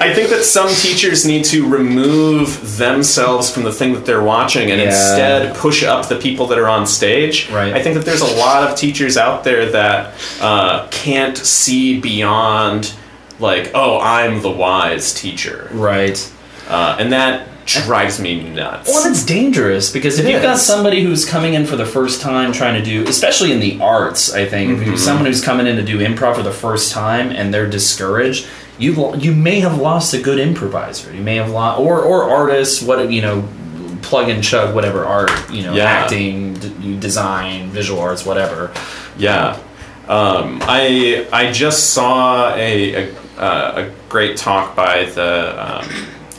[SPEAKER 1] i think that some teachers need to remove themselves from the thing that they're watching and
[SPEAKER 5] Yeah.
[SPEAKER 1] instead push up the people that are on stage
[SPEAKER 5] Right.
[SPEAKER 1] i think that there's a lot of teachers out there that uh, can't see beyond like oh i'm the wise teacher
[SPEAKER 5] right
[SPEAKER 1] uh, and that drives me nuts
[SPEAKER 5] Well, and it's dangerous because if
[SPEAKER 1] It
[SPEAKER 5] you've got
[SPEAKER 1] is.
[SPEAKER 5] somebody who's coming in for the first time trying to do, especially in the arts, I think, if
[SPEAKER 1] Mm-hmm.
[SPEAKER 5] you're someone who's coming in to do improv for the first time and they're discouraged, you you may have lost a good improviser. You may have lost, or or artists, what you know, plug and chug whatever art you know,
[SPEAKER 1] Yeah.
[SPEAKER 5] acting, d- you design, visual arts, whatever.
[SPEAKER 1] Yeah. Um, I I just saw a a, uh, a great talk by the um,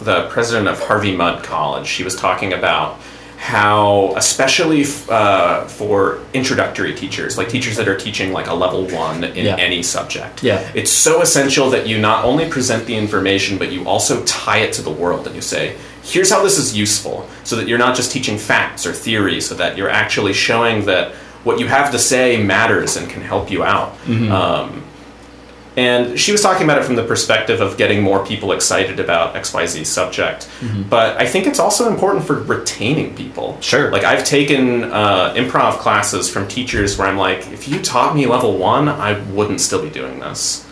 [SPEAKER 1] the president of Harvey Mudd College. She was talking about how, especially f- uh, for introductory teachers, like teachers that are teaching like a level one in
[SPEAKER 5] Yeah.
[SPEAKER 1] any subject,
[SPEAKER 5] Yeah.
[SPEAKER 1] it's so essential that you not only present the information, but you also tie it to the world and you say, here's how this is useful, so that you're not just teaching facts or theory, so that you're actually showing that what you have to say matters and can help you out.
[SPEAKER 5] Mm.
[SPEAKER 1] Um, and she was talking about it from the perspective of getting more people excited about XYZ subject. But I think it's also important for retaining people.
[SPEAKER 5] Sure.
[SPEAKER 1] Like, I've taken uh, improv classes from teachers where I'm like, if you taught me level one, I wouldn't still be doing this.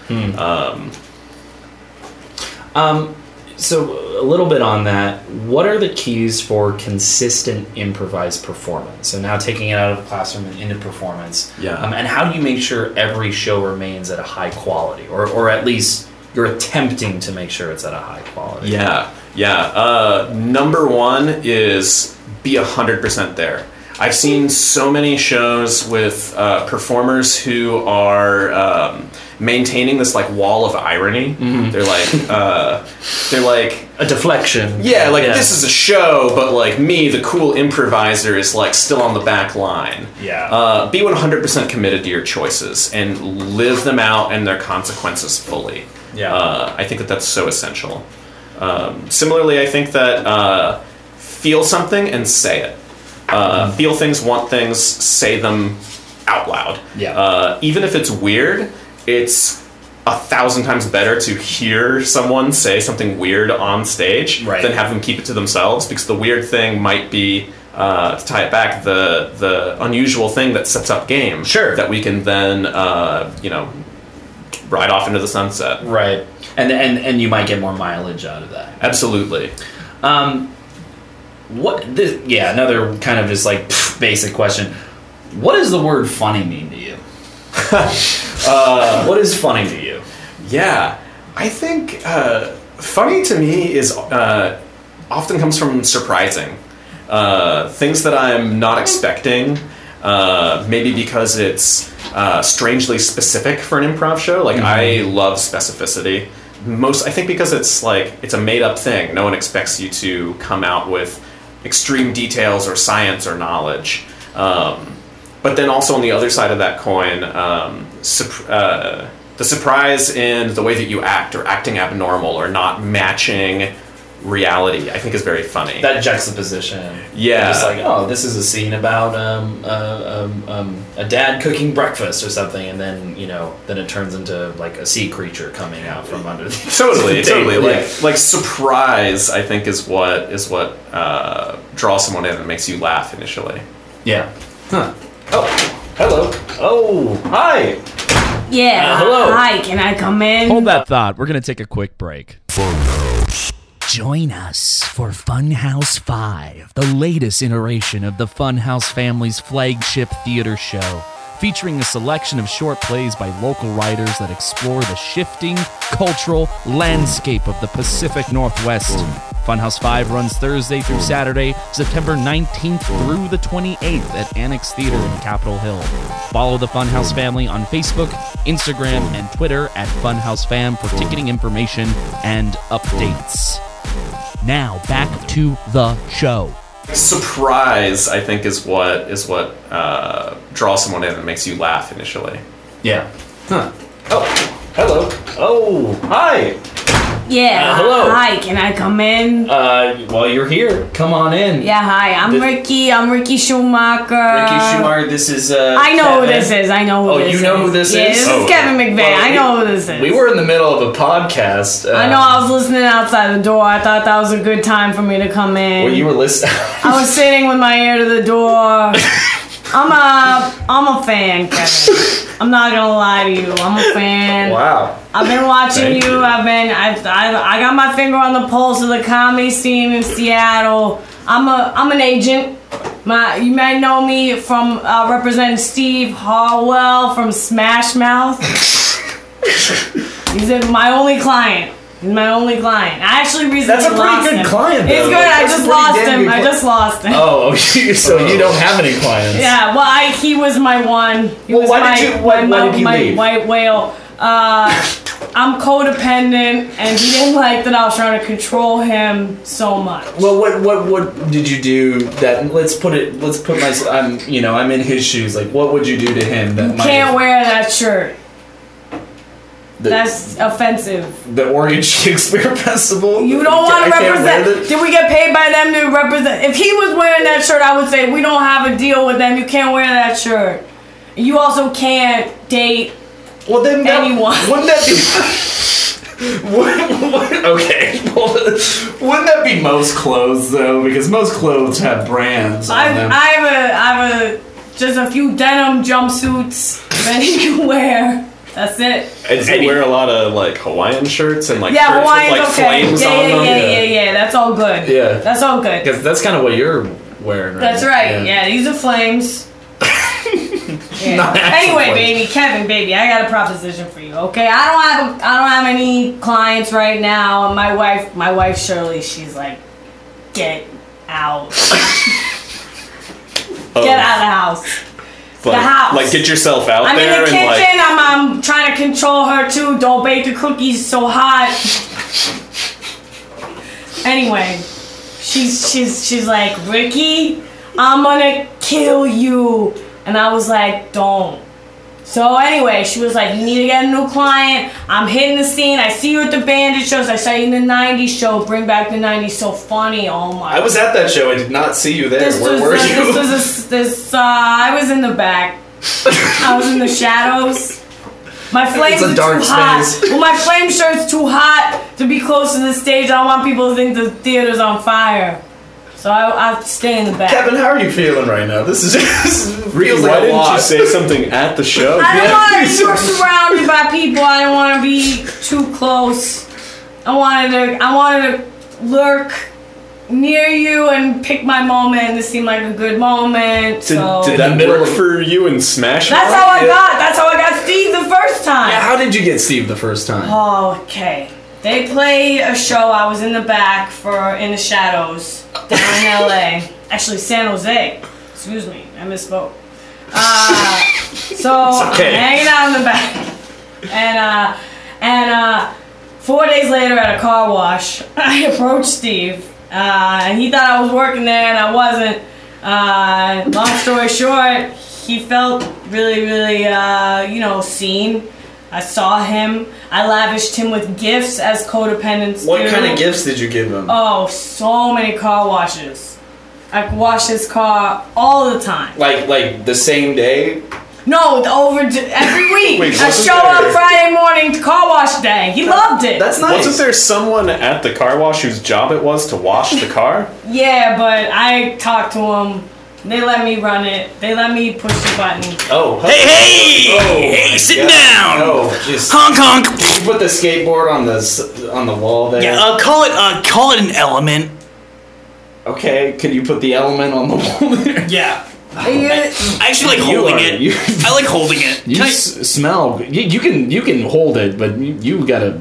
[SPEAKER 5] So, a little bit on that. What are the keys for consistent improvised performance? So, now taking it out of the classroom and into performance.
[SPEAKER 1] Yeah.
[SPEAKER 5] Um, and how do you make sure every show remains at a high quality, or, or at least you're attempting to make sure it's at a high quality?
[SPEAKER 1] Yeah, yeah. Uh, number one is be 100% there. I've seen so many shows with uh, performers who are um, maintaining this like wall of irony. They're like, uh, they're like,
[SPEAKER 5] A deflection.
[SPEAKER 1] yeah, like this is a show, but like me, the cool improviser, is like still on the back line.
[SPEAKER 5] Yeah.
[SPEAKER 1] Uh, be 100% committed to your choices and live them out and their consequences fully.
[SPEAKER 5] Yeah.
[SPEAKER 1] Uh, I think that that's so essential. Um, similarly, I think that uh, feel something and say it. Uh,
[SPEAKER 5] Mm-hmm.
[SPEAKER 1] Feel things, want things, say them out loud.
[SPEAKER 5] Yeah.
[SPEAKER 1] Uh, even if it's weird, it's a thousand times better to hear someone say something weird on stage
[SPEAKER 5] Right.
[SPEAKER 1] than have them keep it to themselves because the weird thing might be. Uh, to tie it back, the the unusual thing that sets up game,
[SPEAKER 5] Sure.
[SPEAKER 1] that we can then uh, you know ride off into the sunset.
[SPEAKER 5] Right. And, and, and you might get more mileage out of that.
[SPEAKER 1] Absolutely.
[SPEAKER 5] What this? Yeah, another kind of just like pff, basic question. What does the word funny mean to you? uh, what is funny to you?
[SPEAKER 1] Yeah, I think uh, funny to me is uh, often comes from surprising uh, things that I'm not expecting. Uh, maybe because it's uh, strangely specific for an improv show. Like I love specificity. Most I think because it's like it's a made up thing. No one expects you to come out with extreme details or science or knowledge. Um, but then also on the other side of that coin, um, sup- uh, the surprise in the way that you act or acting abnormal or not matching reality, I think is very funny.
[SPEAKER 5] That juxtaposition.
[SPEAKER 1] Yeah.
[SPEAKER 5] Just like, oh, this is a scene about um, uh, um, um, a dad cooking breakfast or something, and then you know, then it turns into like a sea creature coming out from under. The-
[SPEAKER 1] totally, totally.
[SPEAKER 5] Yeah.
[SPEAKER 1] Like like surprise, I think is what is what uh, draws someone in and makes you laugh initially.
[SPEAKER 5] yeah. Huh. Oh, hello. Oh, hi.
[SPEAKER 2] Yeah.
[SPEAKER 5] Uh, hello.
[SPEAKER 2] Hi, can I come in?
[SPEAKER 4] Hold that thought. We're going to take a quick break. Join us for Funhouse 5, the latest iteration of the Funhouse family's flagship theater show, featuring a selection of short plays by local writers that explore the shifting cultural landscape of the Pacific Northwest. Funhouse 5 runs Thursday through Saturday, September 19th through the 28th at Annex Theater in Capitol Hill. Follow the Funhouse family on Facebook, Instagram, and Twitter at Funhouse Fam for ticketing information and updates. Now back to the show.
[SPEAKER 1] Surprise, I think is what is what uh, draws someone in and makes you laugh initially.
[SPEAKER 5] Yeah. Huh. Oh, hello. Oh, hi.
[SPEAKER 2] Yeah.
[SPEAKER 5] Uh, hello.
[SPEAKER 2] Hi, can I come in?
[SPEAKER 5] Uh, well, you're here. Come on in.
[SPEAKER 2] yeah, hi. I'm
[SPEAKER 5] this-
[SPEAKER 2] Ricky. I'm Ricky Schumacher.
[SPEAKER 5] Ricky Schumacher, this is. Uh,
[SPEAKER 2] I know who
[SPEAKER 5] Kevin.
[SPEAKER 2] this is. I know who
[SPEAKER 5] Oh,
[SPEAKER 2] this
[SPEAKER 5] you
[SPEAKER 2] is.
[SPEAKER 5] know who this
[SPEAKER 2] Yeah,
[SPEAKER 5] is?
[SPEAKER 2] This
[SPEAKER 1] Oh,
[SPEAKER 2] is Kevin
[SPEAKER 5] okay.
[SPEAKER 2] McVeigh.
[SPEAKER 5] Well,
[SPEAKER 2] I
[SPEAKER 5] we-
[SPEAKER 2] know who this is.
[SPEAKER 5] We were in the middle of a podcast. Uh,
[SPEAKER 2] I know I was listening outside the door. I thought that was a good time for me to come in.
[SPEAKER 5] Well, you were listening.
[SPEAKER 2] I was sitting with my ear to the door. I'm a I'm a fan, Kevin. I'm not gonna lie to you. I'm a fan.
[SPEAKER 5] wow.
[SPEAKER 2] I've been watching
[SPEAKER 1] Thank
[SPEAKER 2] you.
[SPEAKER 1] you.
[SPEAKER 2] I've been I, I I got my finger on the pulse of the comedy scene in Seattle. I'm a I'm an agent. My you might know me from uh, representing Steve Harwell from Smash Mouth. He's a- my only client. He's my only client. I actually recently
[SPEAKER 5] That's a pretty
[SPEAKER 2] lost
[SPEAKER 5] good
[SPEAKER 2] him.
[SPEAKER 5] client, though.
[SPEAKER 2] He's good.
[SPEAKER 5] Like,
[SPEAKER 2] I
[SPEAKER 5] that's a
[SPEAKER 2] just
[SPEAKER 5] pretty
[SPEAKER 2] lost
[SPEAKER 5] damn
[SPEAKER 2] him.
[SPEAKER 5] good
[SPEAKER 2] I
[SPEAKER 5] cli-
[SPEAKER 2] just lost him.
[SPEAKER 5] Oh, so you don't have any clients.
[SPEAKER 2] Yeah, well, I, he was my one. He
[SPEAKER 5] Well,
[SPEAKER 2] was
[SPEAKER 5] why
[SPEAKER 2] my,
[SPEAKER 5] did you- why-
[SPEAKER 2] my,
[SPEAKER 5] why
[SPEAKER 2] my-
[SPEAKER 5] did you
[SPEAKER 2] my
[SPEAKER 5] leave?
[SPEAKER 2] white whale. Uh, I'm codependent, and he didn't like that I was trying to control him so much.
[SPEAKER 5] Well, what what what did you do that? Let's put it. Let's put my. I'm you know I'm in his shoes. Like, what would you do to him that might
[SPEAKER 2] Can't
[SPEAKER 5] have-
[SPEAKER 2] wear that shirt.
[SPEAKER 5] the,
[SPEAKER 2] That's offensive.
[SPEAKER 5] the Oregon Shakespeare Festival?
[SPEAKER 2] You don't want
[SPEAKER 5] I
[SPEAKER 2] to
[SPEAKER 5] can't wear
[SPEAKER 2] represent.
[SPEAKER 5] that?
[SPEAKER 2] Did we get paid by them to represent? If he was wearing that shirt, I would say we don't have a deal with them. You can't wear that shirt. You also can't date
[SPEAKER 5] Well, then that,
[SPEAKER 2] anyone.
[SPEAKER 5] wouldn't that be? Wouldn't- wouldn't- okay, well, wouldn't that be most clothes though? Because most clothes have brands on
[SPEAKER 2] I've,
[SPEAKER 5] them.
[SPEAKER 2] I have a, I have a, just a few denim jumpsuits that he can wear. That's it.
[SPEAKER 1] And does he wear a lot of like Hawaiian shirts and like
[SPEAKER 2] Yeah,
[SPEAKER 1] shirts
[SPEAKER 2] Hawaiian's
[SPEAKER 1] with like
[SPEAKER 2] okay.
[SPEAKER 1] flames
[SPEAKER 2] yeah,
[SPEAKER 1] on
[SPEAKER 2] yeah,
[SPEAKER 1] them?
[SPEAKER 2] yeah, yeah, yeah, That's all good.
[SPEAKER 5] Yeah.
[SPEAKER 2] That's all good.
[SPEAKER 5] Because that's kind of what you're wearing, right?
[SPEAKER 2] That's right. Yeah, these are flames. Yeah.
[SPEAKER 5] Not actual
[SPEAKER 2] Anyway,
[SPEAKER 5] flames.
[SPEAKER 2] baby, Kevin, baby, I got a proposition for you. Okay, I don't have, I don't have any clients right now. And my wife, my wife Shirley, she's like, get out,
[SPEAKER 1] Oh,
[SPEAKER 2] get out of the house.
[SPEAKER 1] like,
[SPEAKER 2] house.
[SPEAKER 1] Like get yourself out
[SPEAKER 2] I'm in
[SPEAKER 1] there
[SPEAKER 2] the kitchen.
[SPEAKER 1] and like
[SPEAKER 2] I'm, I'm trying to control her too. Don't bake the cookies so hot. anyway, she's she's she's like Ricky, I'm gonna kill you, and I was like, don't. So anyway, she was like, you need to get a new client. I'm hitting the scene. I see you at the bandit shows. I saw you in the '90s show. Bring back the '90s. So funny. Oh my.
[SPEAKER 5] I was at that show. I did not see you there.
[SPEAKER 2] This
[SPEAKER 5] Where
[SPEAKER 2] was,
[SPEAKER 5] were
[SPEAKER 2] this,
[SPEAKER 5] you?
[SPEAKER 2] This was this, this uh, I was in the back. I was in the shadows. My flames
[SPEAKER 5] It's a
[SPEAKER 2] are
[SPEAKER 5] dark
[SPEAKER 2] too
[SPEAKER 5] space.
[SPEAKER 2] hot. Well, my flame shirt's too hot to be close to the stage. I don't want people to think the theater's on fire. So I, I stay in the back.
[SPEAKER 5] Kevin, how are you feeling right now? This is this feels
[SPEAKER 1] why
[SPEAKER 5] like a
[SPEAKER 1] didn't
[SPEAKER 5] lot.
[SPEAKER 1] you say something at the show?
[SPEAKER 2] I don't want to be surrounded by people. I don't want to be too close. I wanted to. I wanted to lurk near you and pick my moment. This seemed like a good moment.
[SPEAKER 1] Did,
[SPEAKER 2] so.
[SPEAKER 1] did
[SPEAKER 5] In
[SPEAKER 1] that
[SPEAKER 5] the
[SPEAKER 1] work
[SPEAKER 5] middle-
[SPEAKER 1] for you in Smash?
[SPEAKER 2] That's
[SPEAKER 1] Mouth?
[SPEAKER 2] how I
[SPEAKER 5] Oh, Yeah.
[SPEAKER 2] got. That's how I got Steve the first time.
[SPEAKER 5] Yeah, how did you get Steve the first time?
[SPEAKER 2] Oh, okay. They play a show. I was in the back for In the Shadows down in L.A. Actually, San Jose. Excuse me, I misspoke. Uh, so
[SPEAKER 5] okay.
[SPEAKER 2] I'm hanging out in the back, and uh, and uh, four days later at a car wash, I approached Steve, uh, and he thought I was working there, and I wasn't. Uh, long story short, he felt really, really, uh, you know, seen. I saw him. I lavished him with gifts as codependents.
[SPEAKER 5] What
[SPEAKER 2] do.
[SPEAKER 5] kind of gifts did you give him?
[SPEAKER 2] Oh, so many car washes. I wash his car all the time.
[SPEAKER 5] like like the same day?
[SPEAKER 2] No, the over every week.
[SPEAKER 1] Wait,
[SPEAKER 2] I
[SPEAKER 1] wasn't
[SPEAKER 2] show up
[SPEAKER 1] there-
[SPEAKER 2] Friday morning to car wash day. He loved it.
[SPEAKER 5] That's nice.
[SPEAKER 1] Wasn't there someone at the car wash whose job it was to wash the car?
[SPEAKER 2] yeah, but I talked to him. They let me run it. They let me push the button.
[SPEAKER 5] Oh,
[SPEAKER 4] Hey, hey!
[SPEAKER 5] Oh,
[SPEAKER 4] hey,
[SPEAKER 5] my
[SPEAKER 4] sit
[SPEAKER 5] God.
[SPEAKER 4] down!
[SPEAKER 5] Oh, just
[SPEAKER 3] Honk honk.
[SPEAKER 5] did you put the skateboard on the s- on the wall there?
[SPEAKER 3] Yeah, uh, call it uh, call it an element.
[SPEAKER 5] uh- Okay, could you put the element on the wall there?
[SPEAKER 3] Yeah,
[SPEAKER 2] You-
[SPEAKER 3] I actually like
[SPEAKER 5] You
[SPEAKER 3] holding
[SPEAKER 5] are-
[SPEAKER 3] it.
[SPEAKER 5] you-
[SPEAKER 3] I like holding it.
[SPEAKER 5] You
[SPEAKER 3] Can I-
[SPEAKER 5] s- smell. You, you can you can hold it, but you, you got a,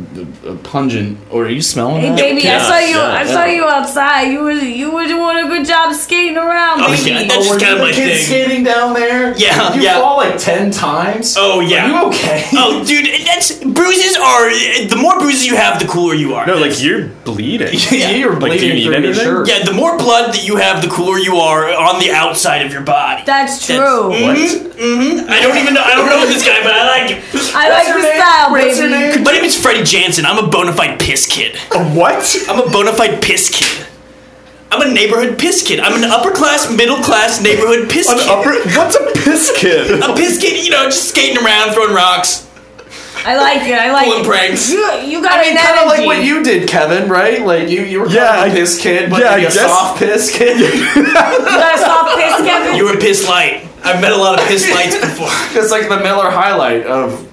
[SPEAKER 5] a, pungent. Or are you smelling
[SPEAKER 2] Hey,
[SPEAKER 5] that?
[SPEAKER 2] baby, I
[SPEAKER 1] yeah,
[SPEAKER 2] saw you.
[SPEAKER 1] yeah,
[SPEAKER 2] I saw
[SPEAKER 5] yeah.
[SPEAKER 2] you outside. You were you were doing a good job skating around,
[SPEAKER 3] Oh,
[SPEAKER 2] baby.
[SPEAKER 3] yeah, that's-
[SPEAKER 5] Were
[SPEAKER 3] Kinda
[SPEAKER 5] you the
[SPEAKER 3] my
[SPEAKER 5] kid
[SPEAKER 3] thing.
[SPEAKER 5] skating down there?
[SPEAKER 3] Yeah,
[SPEAKER 5] Did you
[SPEAKER 3] yeah.
[SPEAKER 5] fall like ten times.
[SPEAKER 3] Oh, yeah.
[SPEAKER 5] Are you okay?
[SPEAKER 3] oh, dude, that's bruises are the more bruises you have, the cooler you are.
[SPEAKER 1] No, like you're bleeding.
[SPEAKER 5] yeah. You're bleeding
[SPEAKER 1] Like, do you need
[SPEAKER 5] through your
[SPEAKER 1] anything?
[SPEAKER 5] shirt.
[SPEAKER 3] yeah, the more blood that you have, the cooler you are on the outside of your body.
[SPEAKER 2] That's true.
[SPEAKER 3] I don't even know. I don't know this guy, but I like him.
[SPEAKER 2] I like
[SPEAKER 5] your
[SPEAKER 2] the
[SPEAKER 5] name?
[SPEAKER 2] style,
[SPEAKER 5] What's your
[SPEAKER 2] baby.
[SPEAKER 5] name?
[SPEAKER 3] My name is Freddie Jansen. I'm a bona fide piss kid.
[SPEAKER 1] A what?
[SPEAKER 3] I'm a bona fide piss kid. I'm a neighborhood piss kid. I'm an upper class, middle class neighborhood piss
[SPEAKER 1] An
[SPEAKER 3] kid.
[SPEAKER 1] upper? What's a piss kid?
[SPEAKER 3] a piss kid, you know, just skating around, throwing rocks,
[SPEAKER 2] I like it. I like
[SPEAKER 3] pulling
[SPEAKER 2] it.
[SPEAKER 3] pranks.
[SPEAKER 2] You, you got an
[SPEAKER 5] Kind of like
[SPEAKER 2] energy.
[SPEAKER 5] what you did, Kevin. Right? Like you, you were
[SPEAKER 1] Yeah,
[SPEAKER 5] kind of a
[SPEAKER 1] I-
[SPEAKER 5] piss kid, but
[SPEAKER 1] yeah, I
[SPEAKER 5] like a
[SPEAKER 1] guess-
[SPEAKER 5] soft piss kid.
[SPEAKER 2] You got a soft piss, Kevin.
[SPEAKER 3] You were a piss light. I've met a lot of piss lights before.
[SPEAKER 5] it's like the Miller highlight of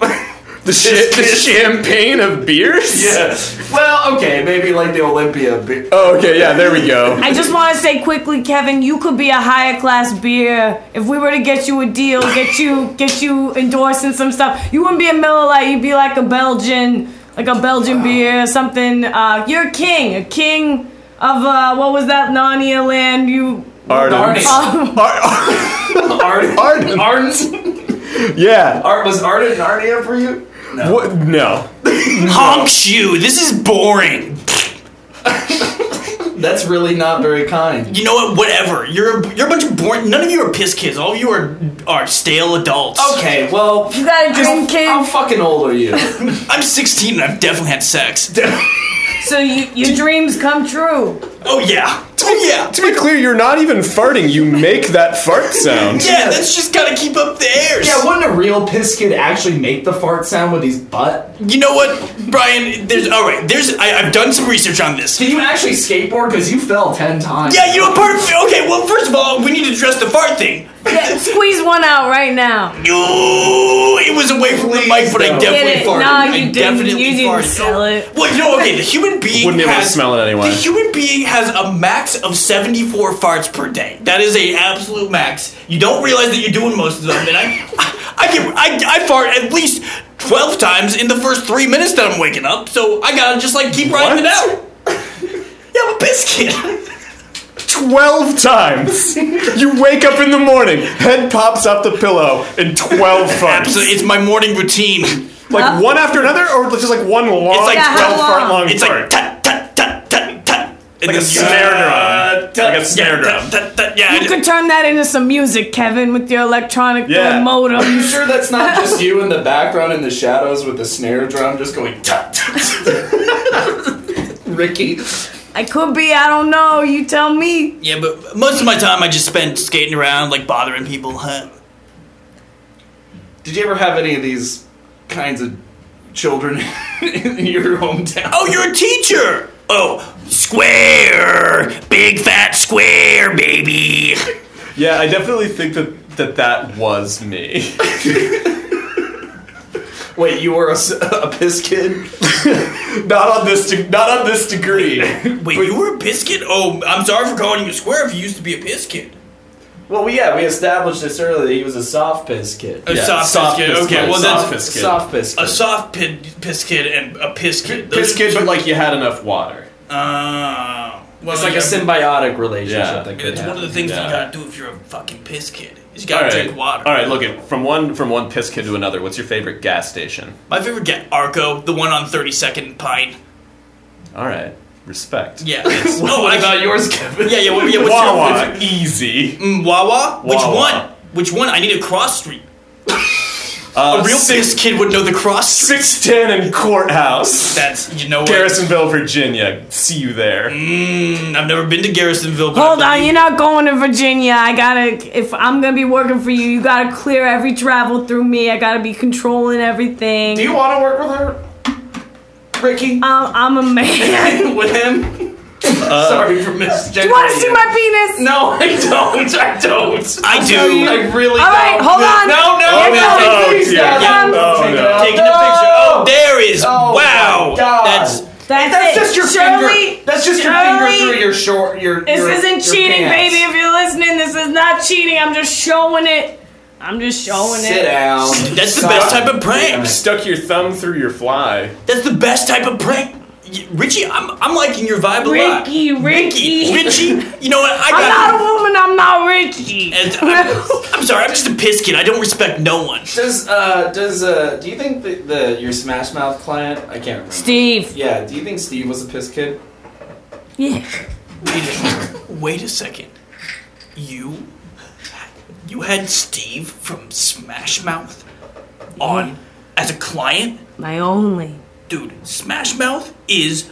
[SPEAKER 5] the
[SPEAKER 1] Ch- the champagne of beers?
[SPEAKER 5] Yeah. Well, okay, maybe like the Olympia. Be-
[SPEAKER 1] Oh, okay, yeah, there we go.
[SPEAKER 2] I just want to say quickly, Kevin, you could be a higher class beer. If we were to get you a deal, get you get you endorsing some stuff, you wouldn't be a Miller Lite. You'd be like a Belgian like a Belgian beer, something. Uh, you're a king, a king of uh, what was that Narnia land? You
[SPEAKER 1] Arden.
[SPEAKER 2] Um,
[SPEAKER 5] Arden.
[SPEAKER 1] Arden.
[SPEAKER 5] Arden.
[SPEAKER 1] Yeah.
[SPEAKER 5] Art was Arden Narnia for you?
[SPEAKER 1] What? No.
[SPEAKER 3] Honks you. This is boring.
[SPEAKER 5] That's really not very kind.
[SPEAKER 3] You know what? Whatever. You're a, you're a bunch of boring. None of you are piss kids. All of you are are stale adults.
[SPEAKER 5] Okay, well,
[SPEAKER 2] you got a dream,
[SPEAKER 5] how
[SPEAKER 2] kid.
[SPEAKER 5] fucking old are you?
[SPEAKER 3] I'm 16 and I've definitely had sex.
[SPEAKER 2] So you, your dreams come true.
[SPEAKER 3] Oh yeah. Oh yeah.
[SPEAKER 1] To be clear, you're not even farting. You make that fart sound.
[SPEAKER 3] Yeah, that's just gotta keep up the airs.
[SPEAKER 5] yeah, wouldn't a real piss kid actually make the fart sound with his butt?
[SPEAKER 3] You know what, Brian? There's all right. There's I, I've done some research on this.
[SPEAKER 5] Did you actually skateboard? Because you fell ten times.
[SPEAKER 3] Yeah, you know, part of, okay. Well, first of all, we need to address the fart thing.
[SPEAKER 2] Yeah, squeeze one out right now.
[SPEAKER 3] No, it was away from the mic, but I
[SPEAKER 5] don't.
[SPEAKER 3] definitely
[SPEAKER 2] Get it.
[SPEAKER 3] farted.
[SPEAKER 2] Nah, you
[SPEAKER 3] I
[SPEAKER 2] didn't.
[SPEAKER 3] definitely
[SPEAKER 2] You didn't
[SPEAKER 3] farted.
[SPEAKER 2] sell it.
[SPEAKER 3] Well, you know, okay. The human being
[SPEAKER 1] Wouldn't be able to
[SPEAKER 3] has,
[SPEAKER 1] smell it anyway.
[SPEAKER 3] The human being has a max of seventy-four farts per day. That is a absolute max. You don't realize that you're doing most of them, and I, I, I can, I, I fart at least twelve times in the first three minutes that I'm waking up. So I gotta just like keep riding it
[SPEAKER 1] What?
[SPEAKER 3] out. yeah, I'm a biscuit.
[SPEAKER 1] Twelve times. You wake up in the morning, head pops off the pillow, and twelve farts.
[SPEAKER 3] Absolutely, it's my morning routine.
[SPEAKER 1] Like one after another, or just like one long,
[SPEAKER 3] like- Yeah,
[SPEAKER 1] twelve
[SPEAKER 2] how
[SPEAKER 1] fart
[SPEAKER 2] long?
[SPEAKER 1] long
[SPEAKER 3] It's
[SPEAKER 1] fart.
[SPEAKER 3] like tut tut tut tut tut.
[SPEAKER 1] Like a snare drum. Like a snare drum.
[SPEAKER 3] Yeah.
[SPEAKER 2] You
[SPEAKER 3] I-
[SPEAKER 2] could turn that into some music, Kevin, with your electronic
[SPEAKER 1] Yeah.
[SPEAKER 2] uh,
[SPEAKER 5] Are you
[SPEAKER 2] modem.
[SPEAKER 5] sure that's not just you in the background in the shadows with the snare drum just going tut tut? Ricky.
[SPEAKER 2] I could be. I don't know. You tell me.
[SPEAKER 3] Yeah, but most of my time I just spend skating around, like bothering people. Huh?
[SPEAKER 5] Did you ever have any of these kinds of children in your hometown?
[SPEAKER 3] Oh, you're a teacher. Oh, square, big fat square, baby.
[SPEAKER 1] Yeah, I definitely think that that, that was me.
[SPEAKER 5] Wait, you were a, s- a piss kid?
[SPEAKER 1] not on this, de- not on this degree.
[SPEAKER 3] Wait, you were a biscuit? Oh, I'm sorry for calling you a square. If you used to be a biscuit.
[SPEAKER 5] Well, we- yeah, we established this earlier that he was a soft piss kid.
[SPEAKER 3] A
[SPEAKER 1] Yeah,
[SPEAKER 3] soft,
[SPEAKER 1] soft
[SPEAKER 3] biscuit.
[SPEAKER 1] biscuit.
[SPEAKER 3] Okay, well
[SPEAKER 1] Soft
[SPEAKER 3] that's
[SPEAKER 1] biscuit.
[SPEAKER 5] Soft piss kid.
[SPEAKER 3] a soft pid, piss kid and a piss kid. Those
[SPEAKER 1] Piss kid, but like you had enough water.
[SPEAKER 3] Uh, well,
[SPEAKER 5] it's like a
[SPEAKER 3] yeah.
[SPEAKER 5] symbiotic relationship
[SPEAKER 1] Yeah.
[SPEAKER 5] that
[SPEAKER 3] Yeah,
[SPEAKER 5] could
[SPEAKER 3] That's one of
[SPEAKER 5] happen.
[SPEAKER 3] the things
[SPEAKER 1] Yeah.
[SPEAKER 3] you gotta do if you're a fucking piss kid. Is you
[SPEAKER 1] All
[SPEAKER 3] gotta
[SPEAKER 1] right,
[SPEAKER 3] drink water.
[SPEAKER 1] All right, look it from one from one piss kid to another. What's your favorite gas station?
[SPEAKER 3] My favorite get Arco, the one on 32nd Pine.
[SPEAKER 1] All right, respect.
[SPEAKER 3] Yeah. it's- no, I
[SPEAKER 5] What about yours, Kevin?
[SPEAKER 3] Yeah, yeah, what- yeah. What's
[SPEAKER 1] Wawa,
[SPEAKER 3] your
[SPEAKER 1] easy.
[SPEAKER 3] Mm, Wawa? Which
[SPEAKER 1] Wawa.
[SPEAKER 3] one? Which one? I need a cross street.
[SPEAKER 1] Uh,
[SPEAKER 3] A real
[SPEAKER 1] six,
[SPEAKER 3] piss kid would know the cross street.
[SPEAKER 1] six ten and courthouse,
[SPEAKER 3] That's you know what.
[SPEAKER 1] Garrisonville, Virginia. See you there.
[SPEAKER 3] Mm, I've never been to Garrisonville. but I
[SPEAKER 2] Hold on,
[SPEAKER 3] believe-
[SPEAKER 2] you're not going to Virginia. I gotta, if I'm gonna be working for you, you gotta clear every travel through me. I gotta be controlling everything.
[SPEAKER 5] Do you want to work with her, Ricky?
[SPEAKER 2] I'm, I'm a man.
[SPEAKER 5] with him?
[SPEAKER 3] Uh,
[SPEAKER 5] Sorry for misgendering.
[SPEAKER 2] you wanna see my penis?
[SPEAKER 5] No, I don't. I don't.
[SPEAKER 3] I do.
[SPEAKER 5] I really.
[SPEAKER 2] All right,
[SPEAKER 5] don't.
[SPEAKER 2] hold on.
[SPEAKER 5] No, no,
[SPEAKER 2] Here
[SPEAKER 5] no,
[SPEAKER 2] comes-
[SPEAKER 5] no, please,
[SPEAKER 1] dear.
[SPEAKER 5] no,
[SPEAKER 2] no,
[SPEAKER 5] no,
[SPEAKER 1] Oh, no.
[SPEAKER 5] no.
[SPEAKER 3] Taking a picture. Oh, there is.
[SPEAKER 5] Oh,
[SPEAKER 3] wow.
[SPEAKER 5] my God.
[SPEAKER 3] That's
[SPEAKER 2] That's,
[SPEAKER 5] That's
[SPEAKER 2] it.
[SPEAKER 5] just your
[SPEAKER 2] Shirley,
[SPEAKER 5] finger. That's just your
[SPEAKER 2] Shirley,
[SPEAKER 5] finger through your short. Your.
[SPEAKER 2] This
[SPEAKER 5] your,
[SPEAKER 2] isn't
[SPEAKER 5] your
[SPEAKER 2] cheating,
[SPEAKER 5] pants.
[SPEAKER 2] baby. If you're listening, this is not cheating. I'm just showing it. I'm just showing it.
[SPEAKER 5] Sit down.
[SPEAKER 3] that's the best type of prank.
[SPEAKER 1] Stuck your thumb through your fly.
[SPEAKER 3] That's the best type of prank. Y- Richie, I'm, I'm liking your vibe a lot.
[SPEAKER 2] Ricky, Ricky.
[SPEAKER 3] Richie, you know what? I
[SPEAKER 2] I'm
[SPEAKER 3] got.
[SPEAKER 2] not a woman. I'm not Richie.
[SPEAKER 3] And I'm, I'm sorry, I'm just a piss kid. I don't respect no one.
[SPEAKER 5] Does uh does uh do you think that the your Smash Mouth client? I can't remember.
[SPEAKER 2] Steve.
[SPEAKER 5] Yeah. Do you think Steve was a piss kid?
[SPEAKER 2] Yeah.
[SPEAKER 3] Wait a, wait a second. You, you had Steve from Smash Mouth on
[SPEAKER 5] Mm-hmm.
[SPEAKER 3] as a client,
[SPEAKER 2] My only.
[SPEAKER 3] dude. Smash Mouth is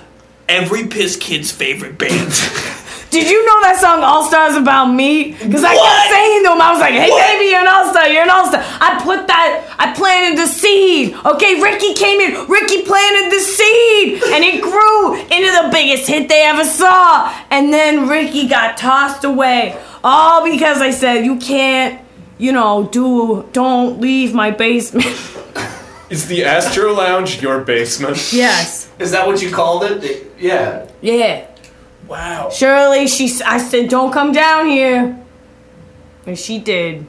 [SPEAKER 3] every piss kid's favorite band.
[SPEAKER 2] Did you know that song All Stars About Me? Because I
[SPEAKER 3] What?
[SPEAKER 2] kept saying to him, I was like, hey
[SPEAKER 3] What?
[SPEAKER 2] baby, you're an all-star, you're an all-star. I put that, I planted the seed. Okay, Ricky came in, Ricky planted the seed, and it grew into the biggest hit they ever saw. And then Ricky got tossed away. All because I said, you can't, you know, do don't leave my basement.
[SPEAKER 1] Is the Astro Lounge your basement?
[SPEAKER 2] yes.
[SPEAKER 5] Is that what you called it? It- Yeah.
[SPEAKER 2] Yeah.
[SPEAKER 3] wow.
[SPEAKER 2] Shirley, she, s- I said, don't come down here. And she did.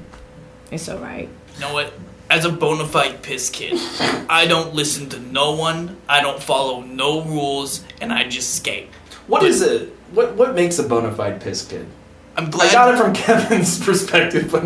[SPEAKER 2] It's all right.
[SPEAKER 3] You know what? as a bona fide piss kid, I don't listen to no one, I don't follow no rules, and I just skate.
[SPEAKER 5] What is it? What what makes a bona fide piss kid?
[SPEAKER 3] I'm glad
[SPEAKER 5] I got it from Kevin's perspective, but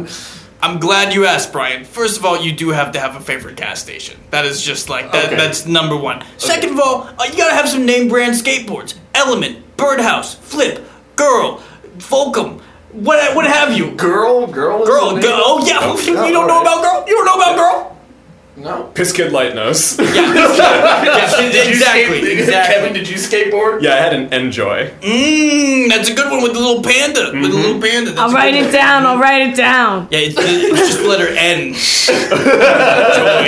[SPEAKER 3] I'm glad you asked, Brian. First of all, you do have to have a favorite gas station. That is just like that.
[SPEAKER 5] Okay.
[SPEAKER 3] That's number one. Second of all, uh, you gotta have some name brand skateboards: Element, Birdhouse, Flip, Girl, Volcom, what what have you?
[SPEAKER 5] girl, girl, is
[SPEAKER 3] Girl,
[SPEAKER 5] the name?
[SPEAKER 3] girl. Oh yeah, you
[SPEAKER 5] Oh,
[SPEAKER 3] don't know
[SPEAKER 5] alright.
[SPEAKER 3] about girl. You don't know about girl.
[SPEAKER 5] No.
[SPEAKER 1] Piss Kid Light knows.
[SPEAKER 5] Did you skate-
[SPEAKER 3] exactly, exactly.
[SPEAKER 5] Kevin, did you skateboard?
[SPEAKER 1] yeah, I had an enjoy.
[SPEAKER 3] Mm, that's a good one with the little panda. With the
[SPEAKER 5] Mm-hmm.
[SPEAKER 3] little panda. That's
[SPEAKER 2] I'll
[SPEAKER 3] a
[SPEAKER 2] write
[SPEAKER 3] good
[SPEAKER 2] it
[SPEAKER 3] one.
[SPEAKER 2] down. I'll write it down.
[SPEAKER 3] Yeah, it's, it's just the letter N.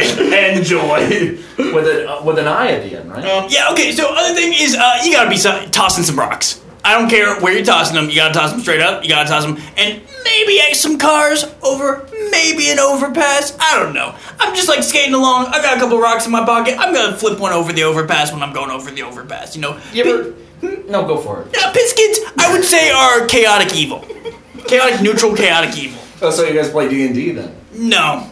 [SPEAKER 5] Enjoy. with an uh, with an I at the end, right?
[SPEAKER 3] Um, yeah, okay, so other thing is uh, you gotta be so- tossing some rocks. I don't care where you're tossing them, you gotta toss them straight up, you gotta toss them, and maybe at some cars over, maybe an overpass, I don't know. I'm just like skating along, I got a couple rocks in my pocket, I'm gonna flip one over the overpass when I'm going over the overpass, you know?
[SPEAKER 5] You ever- Hmm? no, go for it.
[SPEAKER 3] Yeah, Piskins, I would say, are chaotic evil. chaotic, neutral, chaotic evil.
[SPEAKER 5] Oh, so you guys play D and D then?
[SPEAKER 3] No.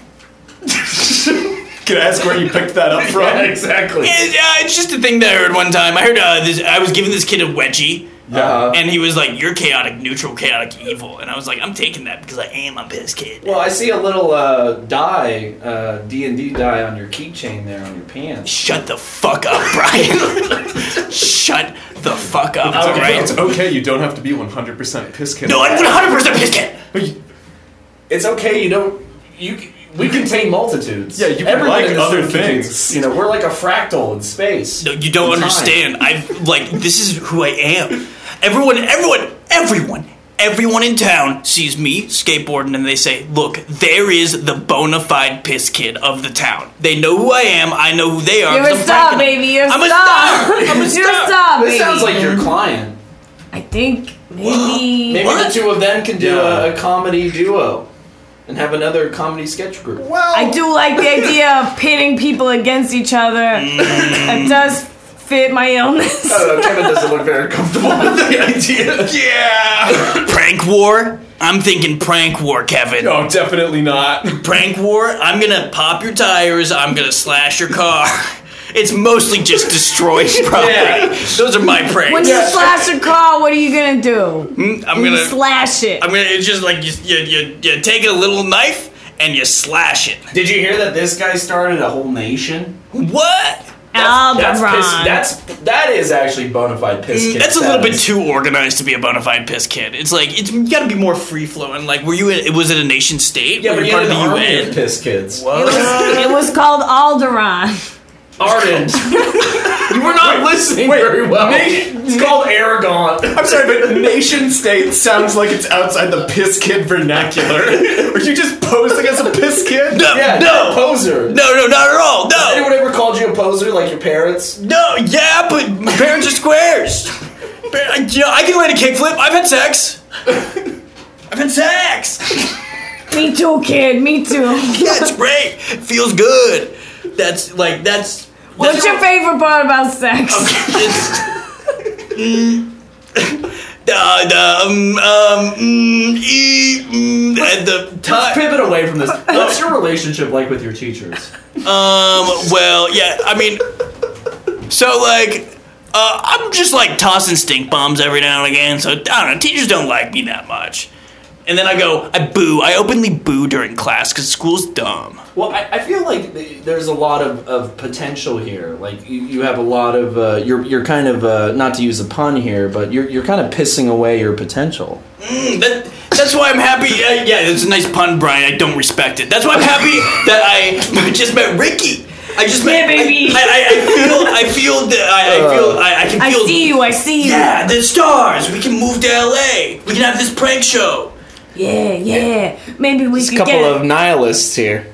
[SPEAKER 1] Can I ask where you picked that up from?
[SPEAKER 5] exactly.
[SPEAKER 3] It, uh, it's just a thing that I heard one time. I heard uh, this, I was giving this kid a wedgie.
[SPEAKER 5] Uh,
[SPEAKER 3] And he was like, "You're chaotic, neutral, chaotic, evil," and I was like, "I'm taking that because I am a piss kid."
[SPEAKER 5] well, I see a little uh, die, uh, D and D die on your keychain there on your pants.
[SPEAKER 3] Shut the fuck up, Brian. Shut the fuck up.
[SPEAKER 1] It's
[SPEAKER 3] All
[SPEAKER 1] okay. It's
[SPEAKER 3] right.
[SPEAKER 1] okay. You don't have to be 100% Piss Kid.
[SPEAKER 3] No, I'm 100 percent piss kid.
[SPEAKER 5] It's okay. You don't. You c- we contain multitudes.
[SPEAKER 1] Yeah, you can
[SPEAKER 5] Everyone
[SPEAKER 1] like
[SPEAKER 5] in this
[SPEAKER 1] other
[SPEAKER 5] room contains-
[SPEAKER 1] things.
[SPEAKER 5] You know, we're like a fractal in space.
[SPEAKER 3] No, you don't
[SPEAKER 5] In time.
[SPEAKER 3] understand. I've like this is who I am. Everyone, everyone, everyone, everyone in town sees me skateboarding and they say, "Look, there is the bona fide piss kid of the town." They know who I am. I know who they are.
[SPEAKER 2] You're
[SPEAKER 3] 'cause
[SPEAKER 2] a
[SPEAKER 3] I'm
[SPEAKER 2] star,
[SPEAKER 3] pranking them.
[SPEAKER 2] baby. You're a
[SPEAKER 3] I'm a
[SPEAKER 2] star.
[SPEAKER 3] star. I'm a
[SPEAKER 2] You're a
[SPEAKER 3] star.
[SPEAKER 2] star, baby.
[SPEAKER 5] This sounds like your client.
[SPEAKER 2] I think maybe.
[SPEAKER 5] Maybe
[SPEAKER 3] What?
[SPEAKER 5] the two of them can do
[SPEAKER 1] Yeah.
[SPEAKER 5] a, a comedy duo, and have another comedy sketch group.
[SPEAKER 2] I do like the idea of pitting people against each other. That does fit my illness.
[SPEAKER 5] I don't know. Kevin doesn't look very comfortable with the idea.
[SPEAKER 1] Yeah.
[SPEAKER 3] Prank war? I'm thinking prank war, Kevin.
[SPEAKER 1] No, Oh, definitely not.
[SPEAKER 3] Prank war? I'm gonna pop your tires, I'm gonna slash your car. It's mostly just destroying property.
[SPEAKER 5] Yeah.
[SPEAKER 3] Those are my
[SPEAKER 2] When
[SPEAKER 3] pranks.
[SPEAKER 2] you slash a car, what are you gonna do?
[SPEAKER 3] Mm, I'm
[SPEAKER 2] You
[SPEAKER 3] gonna,
[SPEAKER 2] slash it.
[SPEAKER 3] I'm gonna. It's just like you, you, you, you take a little knife and you slash it.
[SPEAKER 5] Did you hear that this guy started a whole nation?
[SPEAKER 3] What?
[SPEAKER 5] That's
[SPEAKER 2] Alderaan.
[SPEAKER 5] piss, that's that is actually bona fide piss.
[SPEAKER 3] Mm,
[SPEAKER 5] kick
[SPEAKER 3] That's a little bit
[SPEAKER 5] status.
[SPEAKER 3] too organized to be a bona fide piss kid. It's like it's you gotta be more free flowing. Like, were you? In, was it a nation state?
[SPEAKER 5] Yeah,
[SPEAKER 3] were
[SPEAKER 5] but
[SPEAKER 3] you
[SPEAKER 5] you
[SPEAKER 3] part
[SPEAKER 5] had
[SPEAKER 3] of
[SPEAKER 5] an
[SPEAKER 3] the
[SPEAKER 5] army
[SPEAKER 3] UN?
[SPEAKER 5] of piss kids.
[SPEAKER 2] it, was, it was called Alderaan.
[SPEAKER 5] Arden. you were not listening very well. it's called Aragon.
[SPEAKER 1] I'm sorry, but nation state sounds like it's outside the Piss Kid vernacular. Are you just posing as a Piss Kid?
[SPEAKER 3] No,
[SPEAKER 5] Yeah, no,
[SPEAKER 3] no,
[SPEAKER 5] poser.
[SPEAKER 3] no, no, not at all. No.
[SPEAKER 5] Anyone ever called you a poser like your parents?
[SPEAKER 3] No, yeah, but my parents are squares. Pa- I, you know, I can land a kickflip. I've had sex. I've had sex.
[SPEAKER 2] Me too, kid. Me too.
[SPEAKER 3] Yeah, it's great. Feels good. That's like that's.
[SPEAKER 2] What's your favorite part about sex?
[SPEAKER 3] It's, Mm. Uh, the, um, um, mm, e, mm, at the
[SPEAKER 5] Let's
[SPEAKER 3] time.
[SPEAKER 5] pivot away from this. What's your relationship like with your teachers?
[SPEAKER 3] Um, well, yeah, I mean, so like, uh, I'm just like tossing stink bombs every now and again, so I don't know, teachers don't like me that much. And then I go, I boo, I openly boo during class because school's dumb.
[SPEAKER 5] Well, I, I feel like th- there's a lot of, of potential here. Like you, you have a lot of uh, you're you're kind of uh, not to use a pun here, but you're you're kind of pissing away your potential.
[SPEAKER 3] Mm, that, that's why I'm happy. Uh, yeah, it's a nice pun, Brian. I don't respect it. That's why I'm happy that I just met Ricky. I just met
[SPEAKER 2] Yeah, baby.
[SPEAKER 3] I, I, I feel. I feel that. I, I feel. I, I can
[SPEAKER 2] I
[SPEAKER 3] feel.
[SPEAKER 2] see you. I see you.
[SPEAKER 3] Yeah, the stars. We can move to LA. We can have this prank show.
[SPEAKER 2] yeah. yeah. Maybe we
[SPEAKER 5] There's a
[SPEAKER 2] could
[SPEAKER 5] couple
[SPEAKER 2] get.
[SPEAKER 5] of nihilists here.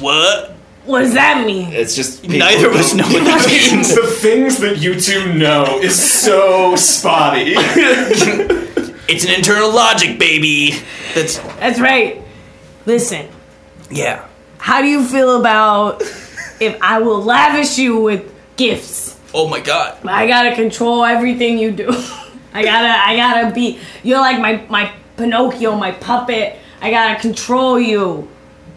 [SPEAKER 3] What?
[SPEAKER 2] what does that mean?
[SPEAKER 5] It's just people
[SPEAKER 3] Neither of
[SPEAKER 5] who-
[SPEAKER 3] us know what that means.
[SPEAKER 1] The things that you two know is so spotty.
[SPEAKER 3] It's an internal logic, baby. That's
[SPEAKER 2] That's right. Listen,
[SPEAKER 3] yeah.
[SPEAKER 2] how do you feel about if I will lavish you with gifts?
[SPEAKER 3] Oh my god.
[SPEAKER 2] But I gotta control everything you do. I gotta, I gotta be. You're like my my Pinocchio, my puppet. I gotta control you.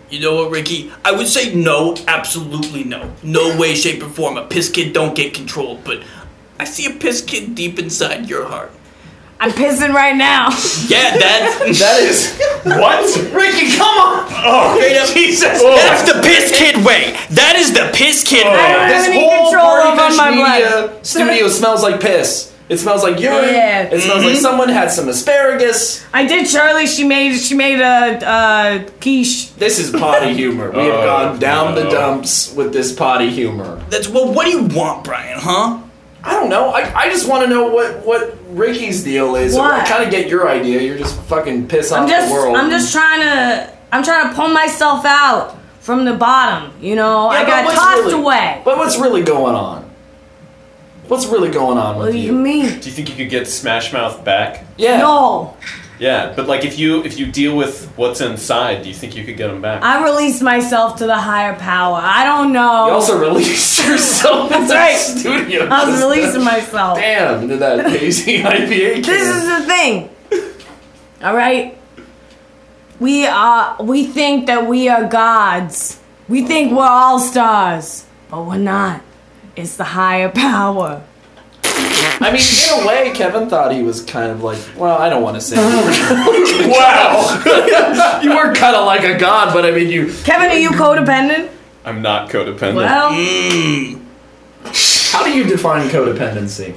[SPEAKER 3] You know what, Ricky? I would say no, absolutely no. No way, shape, or form. A piss kid don't get controlled, but I see a piss kid deep inside your heart.
[SPEAKER 2] I'm pissing right now.
[SPEAKER 3] Yeah, that's
[SPEAKER 5] That is
[SPEAKER 1] What?
[SPEAKER 5] Ricky. Come on.
[SPEAKER 3] straight up. Oh.
[SPEAKER 5] Jesus.
[SPEAKER 3] That's the piss kid way. That is the piss kid
[SPEAKER 2] I
[SPEAKER 3] way.
[SPEAKER 2] don't
[SPEAKER 5] This
[SPEAKER 2] have any
[SPEAKER 5] whole
[SPEAKER 2] control
[SPEAKER 5] Party
[SPEAKER 2] over
[SPEAKER 5] Fish
[SPEAKER 2] my
[SPEAKER 5] Media
[SPEAKER 2] blood.
[SPEAKER 5] studio smells like piss. It smells like urine.
[SPEAKER 2] Yeah.
[SPEAKER 5] It smells like someone had some asparagus.
[SPEAKER 2] I did, Shirley. She made she made a uh, quiche.
[SPEAKER 5] This is potty humor. We have
[SPEAKER 1] Oh,
[SPEAKER 5] gone down the
[SPEAKER 1] no.
[SPEAKER 5] dumps with this potty humor.
[SPEAKER 3] That's well. What do you want, Brian? Huh?
[SPEAKER 5] I don't know. I, I just want to know what, what Ricky's deal is. I
[SPEAKER 2] What?
[SPEAKER 5] kind of get your idea. You're just fucking piss off
[SPEAKER 2] I'm just
[SPEAKER 5] the world.
[SPEAKER 2] I'm just trying to I'm trying to pull myself out from the bottom. You know,
[SPEAKER 5] Yeah,
[SPEAKER 2] I
[SPEAKER 5] but
[SPEAKER 2] got
[SPEAKER 5] what's
[SPEAKER 2] tossed
[SPEAKER 5] really-
[SPEAKER 2] away.
[SPEAKER 5] But what's really going on? What's really going on
[SPEAKER 2] What
[SPEAKER 5] with
[SPEAKER 2] do you
[SPEAKER 5] you?
[SPEAKER 2] mean?
[SPEAKER 1] Do you think you could get Smash Mouth back?
[SPEAKER 5] Yeah.
[SPEAKER 2] No,
[SPEAKER 1] Yeah, but like if you if you deal with what's inside, do you think you could get him back?
[SPEAKER 2] I released myself to the higher power. I don't know.
[SPEAKER 5] You also released yourself in the
[SPEAKER 2] right.
[SPEAKER 5] studio.
[SPEAKER 2] I was
[SPEAKER 5] just
[SPEAKER 2] releasing myself.
[SPEAKER 5] Damn, did that hazy
[SPEAKER 2] This
[SPEAKER 5] IPA. can.
[SPEAKER 2] is the thing. All right. We are we think that we are gods. We think we're all stars, but we're not. It's the higher power.
[SPEAKER 5] I mean, in a way, Kevin thought he was kind of like. Well, I don't want to say. wow, you were kind of like a god, but I mean, you.
[SPEAKER 2] Kevin, are you codependent?
[SPEAKER 1] I'm not codependent.
[SPEAKER 2] Well,
[SPEAKER 5] How do you define codependency?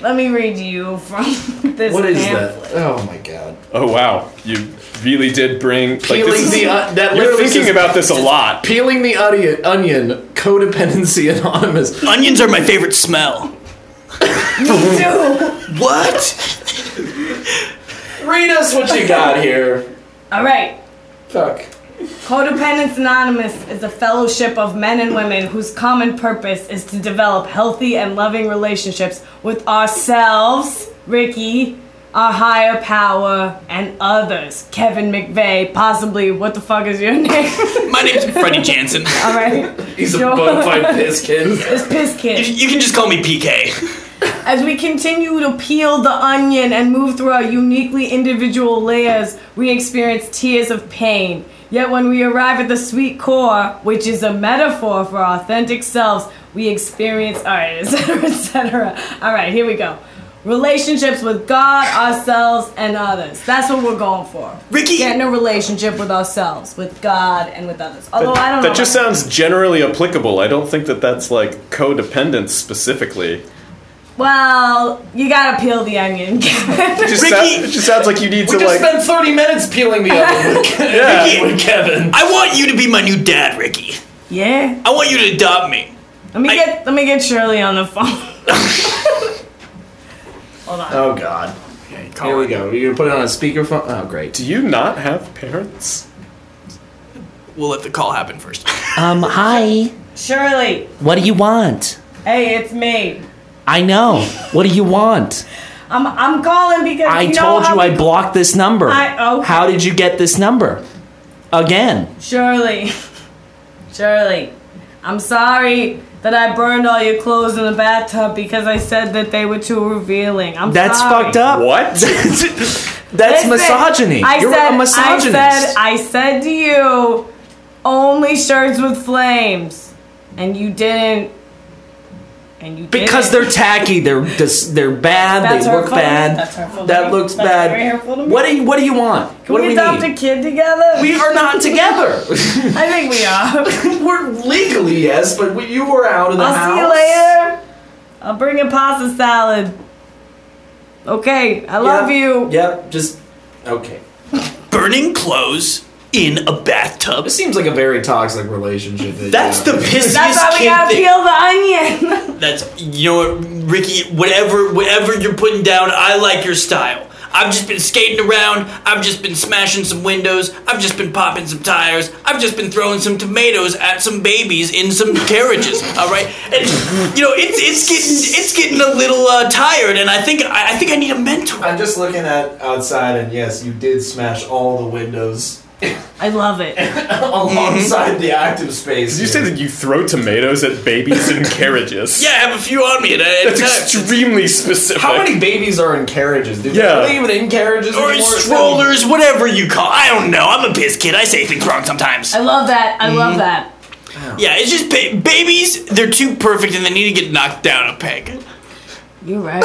[SPEAKER 2] let me read you from this
[SPEAKER 5] What is
[SPEAKER 2] pamphlet.
[SPEAKER 5] that? Oh my god!
[SPEAKER 1] Oh wow, you really did bring like
[SPEAKER 5] Peeling
[SPEAKER 1] this is,
[SPEAKER 5] the uh, that
[SPEAKER 1] You're
[SPEAKER 5] literally
[SPEAKER 1] thinking
[SPEAKER 5] says-
[SPEAKER 1] about this a lot.
[SPEAKER 5] peeling the onion. Onion codependency anonymous.
[SPEAKER 3] Onions are my favorite smell.
[SPEAKER 2] Dude.
[SPEAKER 3] What?
[SPEAKER 5] Read us what you got here.
[SPEAKER 2] All right.
[SPEAKER 5] Fuck.
[SPEAKER 2] Codependence Anonymous is a fellowship of men and women whose common purpose is to develop healthy and loving relationships with ourselves, Ricky, our higher power, and others. Kevin McVeigh, possibly, what the fuck is your name?
[SPEAKER 3] My name's Freddie Jansen.
[SPEAKER 2] All right.
[SPEAKER 5] He's a
[SPEAKER 2] Yo.
[SPEAKER 5] bona fide piss kid.
[SPEAKER 2] It's Piss Kid.
[SPEAKER 3] You can just call me PK.
[SPEAKER 2] As we continue to peel the onion and move through our uniquely individual layers, we experience tears of pain. Yet when we arrive at the sweet core, which is a metaphor for our authentic selves, we experience, alright, etc., etc. Alright, here we go. Relationships with God, ourselves, and others. That's what we're going for.
[SPEAKER 3] Ricky-
[SPEAKER 2] Getting a relationship with ourselves, with God, and with others. Although I don't know.
[SPEAKER 1] That just sounds generally applicable. I don't think that that's like codependence specifically.
[SPEAKER 2] Well, you gotta peel the onion.
[SPEAKER 1] It just,
[SPEAKER 3] Ricky-
[SPEAKER 1] sou- it just sounds like you need
[SPEAKER 5] We
[SPEAKER 1] to
[SPEAKER 5] just
[SPEAKER 1] like
[SPEAKER 5] spent 30 minutes peeling the onion with Ke-
[SPEAKER 1] yeah.
[SPEAKER 5] with Kevin.
[SPEAKER 3] I want you to be my new dad, Ricky.
[SPEAKER 2] yeah.
[SPEAKER 3] I want you to adopt me.
[SPEAKER 2] Let me
[SPEAKER 3] I-
[SPEAKER 2] get let me get Shirley on the phone. Hold on.
[SPEAKER 5] Oh god. Here we go. You're gonna put it on a speakerphone. Oh great.
[SPEAKER 1] Do you not have parents?
[SPEAKER 3] We'll let the call happen first.
[SPEAKER 6] Um, hi.
[SPEAKER 2] Shirley,
[SPEAKER 6] What do you want?
[SPEAKER 2] hey, it's me.
[SPEAKER 6] I know. What do you want?
[SPEAKER 2] I'm I'm calling because
[SPEAKER 6] I
[SPEAKER 2] you know
[SPEAKER 6] told
[SPEAKER 2] how
[SPEAKER 6] you I
[SPEAKER 2] we-
[SPEAKER 6] blocked this number.
[SPEAKER 2] I- oh.
[SPEAKER 6] How did you get this number? Again.
[SPEAKER 2] Shirley, Shirley, I'm sorry that I burned all your clothes in the bathtub because I said that they were too revealing. I'm
[SPEAKER 6] That's
[SPEAKER 2] sorry.
[SPEAKER 6] fucked up.
[SPEAKER 1] What?
[SPEAKER 6] That's
[SPEAKER 2] Listen,
[SPEAKER 6] misogyny.
[SPEAKER 2] I
[SPEAKER 6] You're
[SPEAKER 2] said,
[SPEAKER 6] a misogynist.
[SPEAKER 2] I said, I said to you, only shirts with flames, and you didn't. And you
[SPEAKER 6] because
[SPEAKER 2] didn't.
[SPEAKER 6] they're tacky, they're dis- they're bad,
[SPEAKER 2] That's
[SPEAKER 6] they look
[SPEAKER 2] hurtful to me.
[SPEAKER 6] bad.
[SPEAKER 2] That's hurtful to
[SPEAKER 6] that
[SPEAKER 2] me.
[SPEAKER 6] looks
[SPEAKER 2] That's
[SPEAKER 6] bad.
[SPEAKER 2] very hurtful to me.
[SPEAKER 6] What do you, what do you want?
[SPEAKER 2] Can
[SPEAKER 6] what do
[SPEAKER 2] we
[SPEAKER 6] we
[SPEAKER 2] adopt
[SPEAKER 6] need?
[SPEAKER 2] a kid together?
[SPEAKER 6] we are not together.
[SPEAKER 2] I think we are.
[SPEAKER 5] We're legally yes, but we, you were out of the
[SPEAKER 2] I'll
[SPEAKER 5] house.
[SPEAKER 2] see you later. I'll bring a pasta salad. Okay, I love
[SPEAKER 5] Yep,
[SPEAKER 2] you.
[SPEAKER 5] Yep. Just okay.
[SPEAKER 3] Burning clothes in a bathtub.
[SPEAKER 5] This seems like a very toxic relationship. that you
[SPEAKER 3] That's the
[SPEAKER 5] have.
[SPEAKER 3] pissiest
[SPEAKER 2] That's why we
[SPEAKER 3] kid
[SPEAKER 2] gotta
[SPEAKER 3] thing.
[SPEAKER 2] peel the onion.
[SPEAKER 3] That's you know what, Ricky. Whatever, whatever you're putting down, I like your style. I've just been skating around. I've just been smashing some windows. I've just been popping some tires. I've just been throwing some tomatoes at some babies in some carriages. All right, and you know it's it's getting it's getting a little uh, tired, and I think I, I think I need a mentor.
[SPEAKER 5] I'm just looking at outside, and yes, you did smash all the windows
[SPEAKER 2] I love it.
[SPEAKER 5] alongside the active space.
[SPEAKER 7] Did you say that you throw tomatoes at babies in carriages?
[SPEAKER 3] Yeah, I have a few on me at any
[SPEAKER 7] That's
[SPEAKER 3] time.
[SPEAKER 7] extremely specific.
[SPEAKER 5] How many babies are in carriages? Do
[SPEAKER 7] Yeah.
[SPEAKER 5] they even in carriages
[SPEAKER 3] Or
[SPEAKER 5] anymore?
[SPEAKER 3] strollers, whatever you call. I don't know. I'm a biz kid. I say things wrong sometimes.
[SPEAKER 2] I love that. I
[SPEAKER 6] Mm-hmm.
[SPEAKER 2] love that.
[SPEAKER 3] Yeah, it's just ba- babies. They're too perfect, and they need to get knocked down a peg.
[SPEAKER 2] You're right.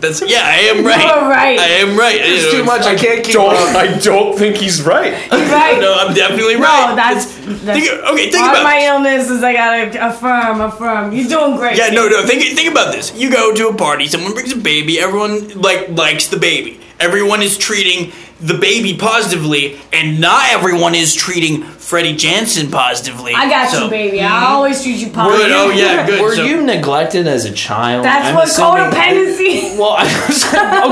[SPEAKER 3] That's yeah. I am right.
[SPEAKER 2] You're right.
[SPEAKER 3] I am right.
[SPEAKER 5] It's too much. I can't keep
[SPEAKER 7] Don't,
[SPEAKER 5] up.
[SPEAKER 7] I don't think he's right.
[SPEAKER 2] You're right.
[SPEAKER 3] No, I'm definitely right.
[SPEAKER 2] No, Oh, that's, that's
[SPEAKER 3] Think, okay, think
[SPEAKER 2] part
[SPEAKER 3] about
[SPEAKER 2] of my
[SPEAKER 3] this.
[SPEAKER 2] illness is I gotta affirm, affirm. You're doing great.
[SPEAKER 3] Yeah, no, no. Think think about this. You go to a party. Someone brings a baby. Everyone like likes the baby. Everyone is treating the baby positively, and not everyone is treating Freddie Jansen positively.
[SPEAKER 2] I got
[SPEAKER 3] So-
[SPEAKER 2] you, baby. I always treat you positive.
[SPEAKER 3] Good. Oh yeah, good.
[SPEAKER 6] Were
[SPEAKER 3] So-
[SPEAKER 6] you neglected as a child?
[SPEAKER 2] That's
[SPEAKER 6] I'm
[SPEAKER 2] what
[SPEAKER 6] assuming-
[SPEAKER 2] codependency.
[SPEAKER 6] Well, I was,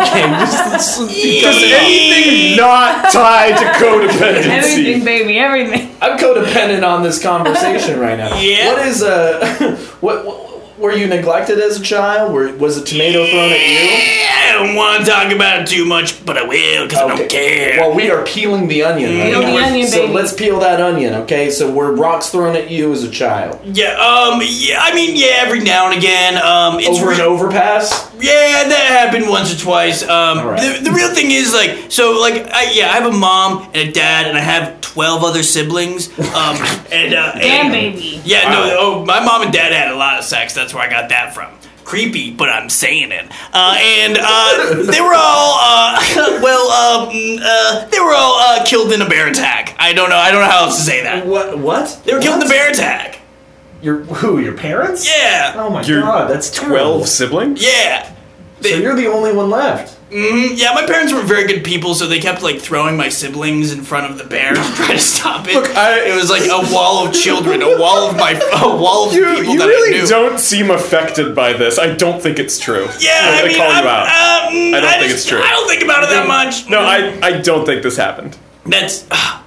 [SPEAKER 6] okay. Just,
[SPEAKER 7] Does anything not tie to codependency?
[SPEAKER 2] everything, baby. Everything.
[SPEAKER 5] I'm codependent on this conversation right now.
[SPEAKER 3] Yeah.
[SPEAKER 5] What is uh, what, what were you neglected as a child? Were, was a tomato thrown at you?
[SPEAKER 3] I don't want to talk about it too much, but I will because I don't care.
[SPEAKER 5] Well, we are peeling the onion. right
[SPEAKER 2] Peel the
[SPEAKER 5] now.
[SPEAKER 2] onion,
[SPEAKER 5] so
[SPEAKER 2] baby.
[SPEAKER 5] let's peel that onion, okay? So were rocks thrown at you as a child?
[SPEAKER 3] yeah, um, yeah. I mean, yeah, every now and again. Um, it's
[SPEAKER 5] Over
[SPEAKER 3] re-
[SPEAKER 5] an overpass?
[SPEAKER 3] Yeah, that happened once or twice. Um,
[SPEAKER 5] All right.
[SPEAKER 3] the, the real thing is like, so like, I, yeah, I have a mom and a dad, and I have twelve other siblings. Um, and uh,
[SPEAKER 2] Damn,
[SPEAKER 3] and-
[SPEAKER 2] baby.
[SPEAKER 3] Yeah, no, oh, my mom and dad had a lot of sex. That's where I got that from. Creepy, but I'm saying it. Uh, and uh, they were all uh, well, uh, mm, uh, they were all uh, killed in a bear attack. I don't know. I don't know how else to say that.
[SPEAKER 5] What? What?
[SPEAKER 3] They were killed in a bear attack.
[SPEAKER 5] Your who? Your parents?
[SPEAKER 3] Yeah.
[SPEAKER 5] Oh my
[SPEAKER 7] Your
[SPEAKER 5] god, that's terrible.
[SPEAKER 7] 12 siblings?
[SPEAKER 3] Yeah. They-
[SPEAKER 5] So you're the only one left.
[SPEAKER 3] Mm, yeah, my parents were very good people, so they kept like throwing my siblings in front of the bear to try to stop it.
[SPEAKER 7] Look, I-
[SPEAKER 3] it was like a wall of children, a wall of my, a wall of
[SPEAKER 7] You,
[SPEAKER 3] people
[SPEAKER 7] you
[SPEAKER 3] that I
[SPEAKER 7] really
[SPEAKER 3] knew.
[SPEAKER 7] don't seem affected by this. I don't think it's true.
[SPEAKER 3] yeah,
[SPEAKER 7] I'm
[SPEAKER 3] I
[SPEAKER 7] gonna
[SPEAKER 3] mean,
[SPEAKER 7] call
[SPEAKER 3] I'm,
[SPEAKER 7] you out.
[SPEAKER 3] Um,
[SPEAKER 7] I don't think
[SPEAKER 3] just-
[SPEAKER 7] it's true.
[SPEAKER 3] I don't think about it that much.
[SPEAKER 7] no, I, I don't think this happened.
[SPEAKER 3] That's ah,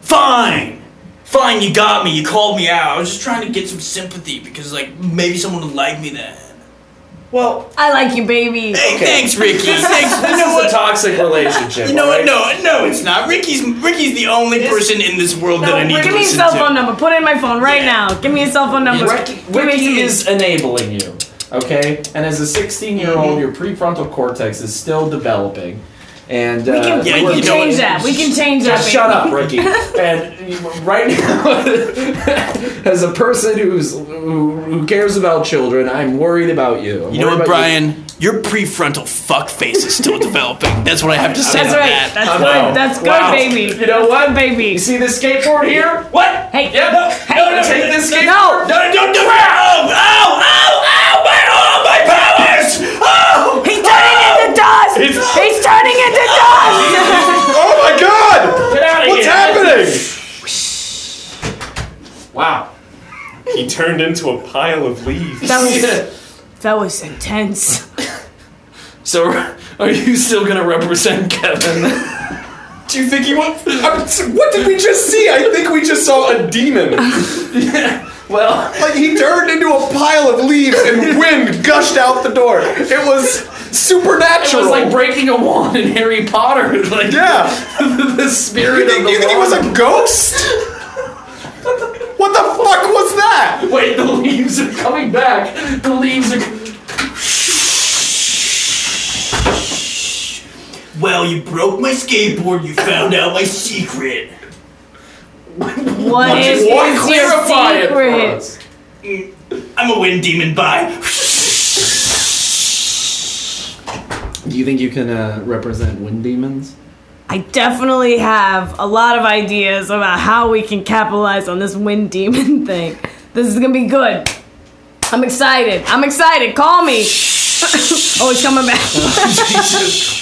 [SPEAKER 3] fine. Fine, you got me. You called me out. I was just trying to get some sympathy because, like, maybe someone would like me then.
[SPEAKER 5] Well,
[SPEAKER 2] I like you, baby.
[SPEAKER 3] Hey,
[SPEAKER 5] Okay.
[SPEAKER 3] thanks, Ricky. thanks. You know
[SPEAKER 5] it's a
[SPEAKER 3] what?
[SPEAKER 5] toxic relationship.
[SPEAKER 3] You know what?
[SPEAKER 5] alright?
[SPEAKER 3] No, no, it's not. Ricky's Ricky's the only person in this world that I need to
[SPEAKER 2] Give me your
[SPEAKER 3] listen
[SPEAKER 2] cell
[SPEAKER 3] to.
[SPEAKER 2] phone number. Put it in my phone right
[SPEAKER 3] Yeah.
[SPEAKER 2] now. Give me your cell phone number.
[SPEAKER 5] Ricky,
[SPEAKER 2] Give me
[SPEAKER 5] Ricky
[SPEAKER 2] some-
[SPEAKER 5] is enabling you, okay? And as a
[SPEAKER 2] Mm-hmm.
[SPEAKER 5] 16-year-old, your prefrontal cortex is still developing, and we
[SPEAKER 2] can-
[SPEAKER 5] uh,
[SPEAKER 3] Yeah,
[SPEAKER 2] we
[SPEAKER 3] you
[SPEAKER 2] can
[SPEAKER 3] know
[SPEAKER 2] change
[SPEAKER 3] it.
[SPEAKER 2] that. We can change that.
[SPEAKER 5] Just
[SPEAKER 2] baby.
[SPEAKER 5] shut up, Ricky. and you- right now, as a person who's who, who cares about children, I'm worried about you. I'm
[SPEAKER 3] You know
[SPEAKER 5] worried
[SPEAKER 3] what,
[SPEAKER 5] about
[SPEAKER 3] Brian? Your prefrontal fuck face is still developing. That's what I have to say
[SPEAKER 2] That's
[SPEAKER 3] about
[SPEAKER 2] right.
[SPEAKER 3] that.
[SPEAKER 2] That's good.
[SPEAKER 5] Wow.
[SPEAKER 2] That's good,
[SPEAKER 5] Wow.
[SPEAKER 2] baby.
[SPEAKER 5] You know what?
[SPEAKER 2] baby.
[SPEAKER 5] You see this skateboard here? What?
[SPEAKER 2] Hey.
[SPEAKER 5] Yeah, no,
[SPEAKER 2] Hey.
[SPEAKER 5] no, no, take this skateboard.
[SPEAKER 2] No.
[SPEAKER 5] no, no,
[SPEAKER 3] Don't do it! Oh, oh, oh, oh, my, oh, my powers! Oh!
[SPEAKER 2] He's turning into dust.
[SPEAKER 7] It's-
[SPEAKER 2] He's turning into dust.
[SPEAKER 7] Oh my god!
[SPEAKER 5] get out of
[SPEAKER 7] What's
[SPEAKER 5] here.
[SPEAKER 7] happening?
[SPEAKER 5] Wow.
[SPEAKER 7] He turned into a pile of leaves.
[SPEAKER 2] that was that was intense.
[SPEAKER 5] So, are you still gonna represent Kevin?
[SPEAKER 7] Do you think he wants? I'm- What did we just see? I think we just saw a demon.
[SPEAKER 5] well,
[SPEAKER 7] Like he turned into a pile of leaves and wind gushed out the door. It was
[SPEAKER 5] it
[SPEAKER 7] supernatural.
[SPEAKER 5] was like breaking a wand in Harry Potter. Like,
[SPEAKER 7] yeah.
[SPEAKER 5] the
[SPEAKER 7] You
[SPEAKER 5] spirit
[SPEAKER 7] think,
[SPEAKER 5] of the
[SPEAKER 7] you think he was
[SPEAKER 5] wand.
[SPEAKER 7] a ghost? What the fuck was that?
[SPEAKER 5] Wait, the leaves are coming back. The leaves are.
[SPEAKER 3] Well, you broke my skateboard. You found out my secret.
[SPEAKER 2] What is
[SPEAKER 5] Why
[SPEAKER 2] your
[SPEAKER 5] clarify it for
[SPEAKER 2] secret?
[SPEAKER 5] us?
[SPEAKER 3] I'm a wind demon. Bye.
[SPEAKER 5] Do you think you can uh, represent wind demons?
[SPEAKER 2] I definitely have a lot of ideas about how we can capitalize on this wind demon thing. This is gonna be good. I'm excited. I'm excited. Call me. oh, he's coming back.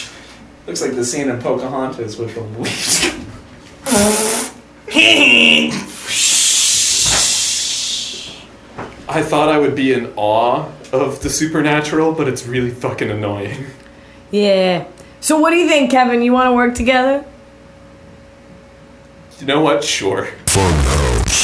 [SPEAKER 5] Looks like the scene in Pocahontas with the leaves.
[SPEAKER 7] I thought I would be in awe of the supernatural, but it's really fucking annoying.
[SPEAKER 2] yeah. So, what do you think, Kevin? You want to work together?
[SPEAKER 7] You know what? Sure.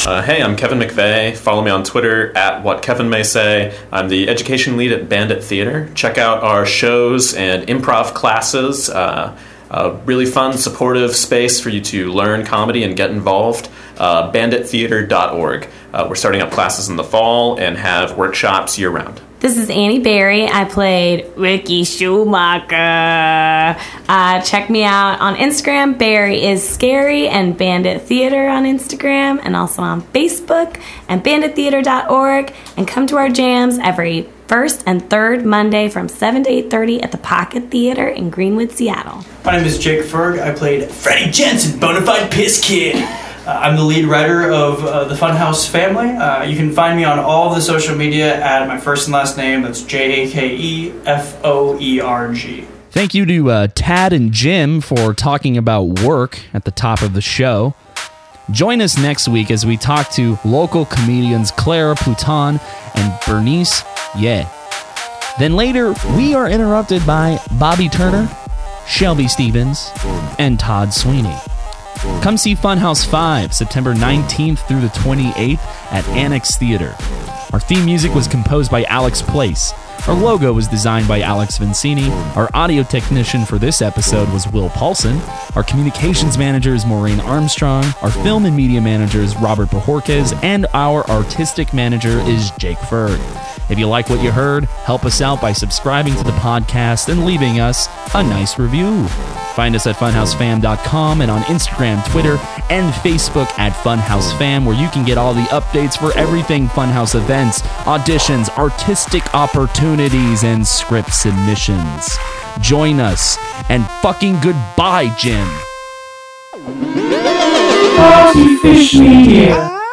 [SPEAKER 7] Uh, hey, I'm Kevin McVeigh. Follow me on Twitter at What Kevin May Say. I'm the education lead at Bandit Theater. Check out our shows and improv classes. Uh,
[SPEAKER 1] a really fun, supportive space for you to learn comedy and get involved. Uh, bandittheater.org. Uh, we're starting up classes in the fall and have workshops year round.
[SPEAKER 8] This is Annie Barry. I played Ricky Schumacher. Uh, check me out on Instagram. Barry is scary and Bandit Theater on Instagram and also on Facebook and bandittheater.org. And come to our jams every first and third Monday from 7 to 8.30 at the Pocket Theater in Greenwood, Seattle.
[SPEAKER 3] My name is Jake Ferg. I played Freddie Jensen, Bonafide Piss Kid. Uh, I'm the lead writer of uh, the Funhouse Family. Uh, you can find me on all of the social media at my first and last name. That's J A K E F O E R G.
[SPEAKER 4] Thank you to uh, Tad and Jim for talking about work at the top of the show. Join us next week as we talk to local comedians Clara Pluton and Bernice Ye. Then later, we are interrupted by Bobby Turner, Shelby Stevens, and Todd Sweeney. Come see Funhouse 5 September 19th through the 28th at Annex Theater. Our theme music was composed by Alex Place. Our logo was designed by Alex Vincini. Our audio technician for this episode was Will Paulson. Our communications manager is Maureen Armstrong. Our film and media manager is Robert Bajorquez. And our artistic manager is Jake Ferg. If you like what you heard, help us out by subscribing to the podcast and leaving us a nice review. Find us at funhousefam.com and on Instagram, Twitter, and Facebook at funhousefam, where you can get all the updates for everything Funhouse events, auditions, artistic opportunities, and script submissions. Join us and fucking goodbye, Jim.
[SPEAKER 9] Party Fish Media.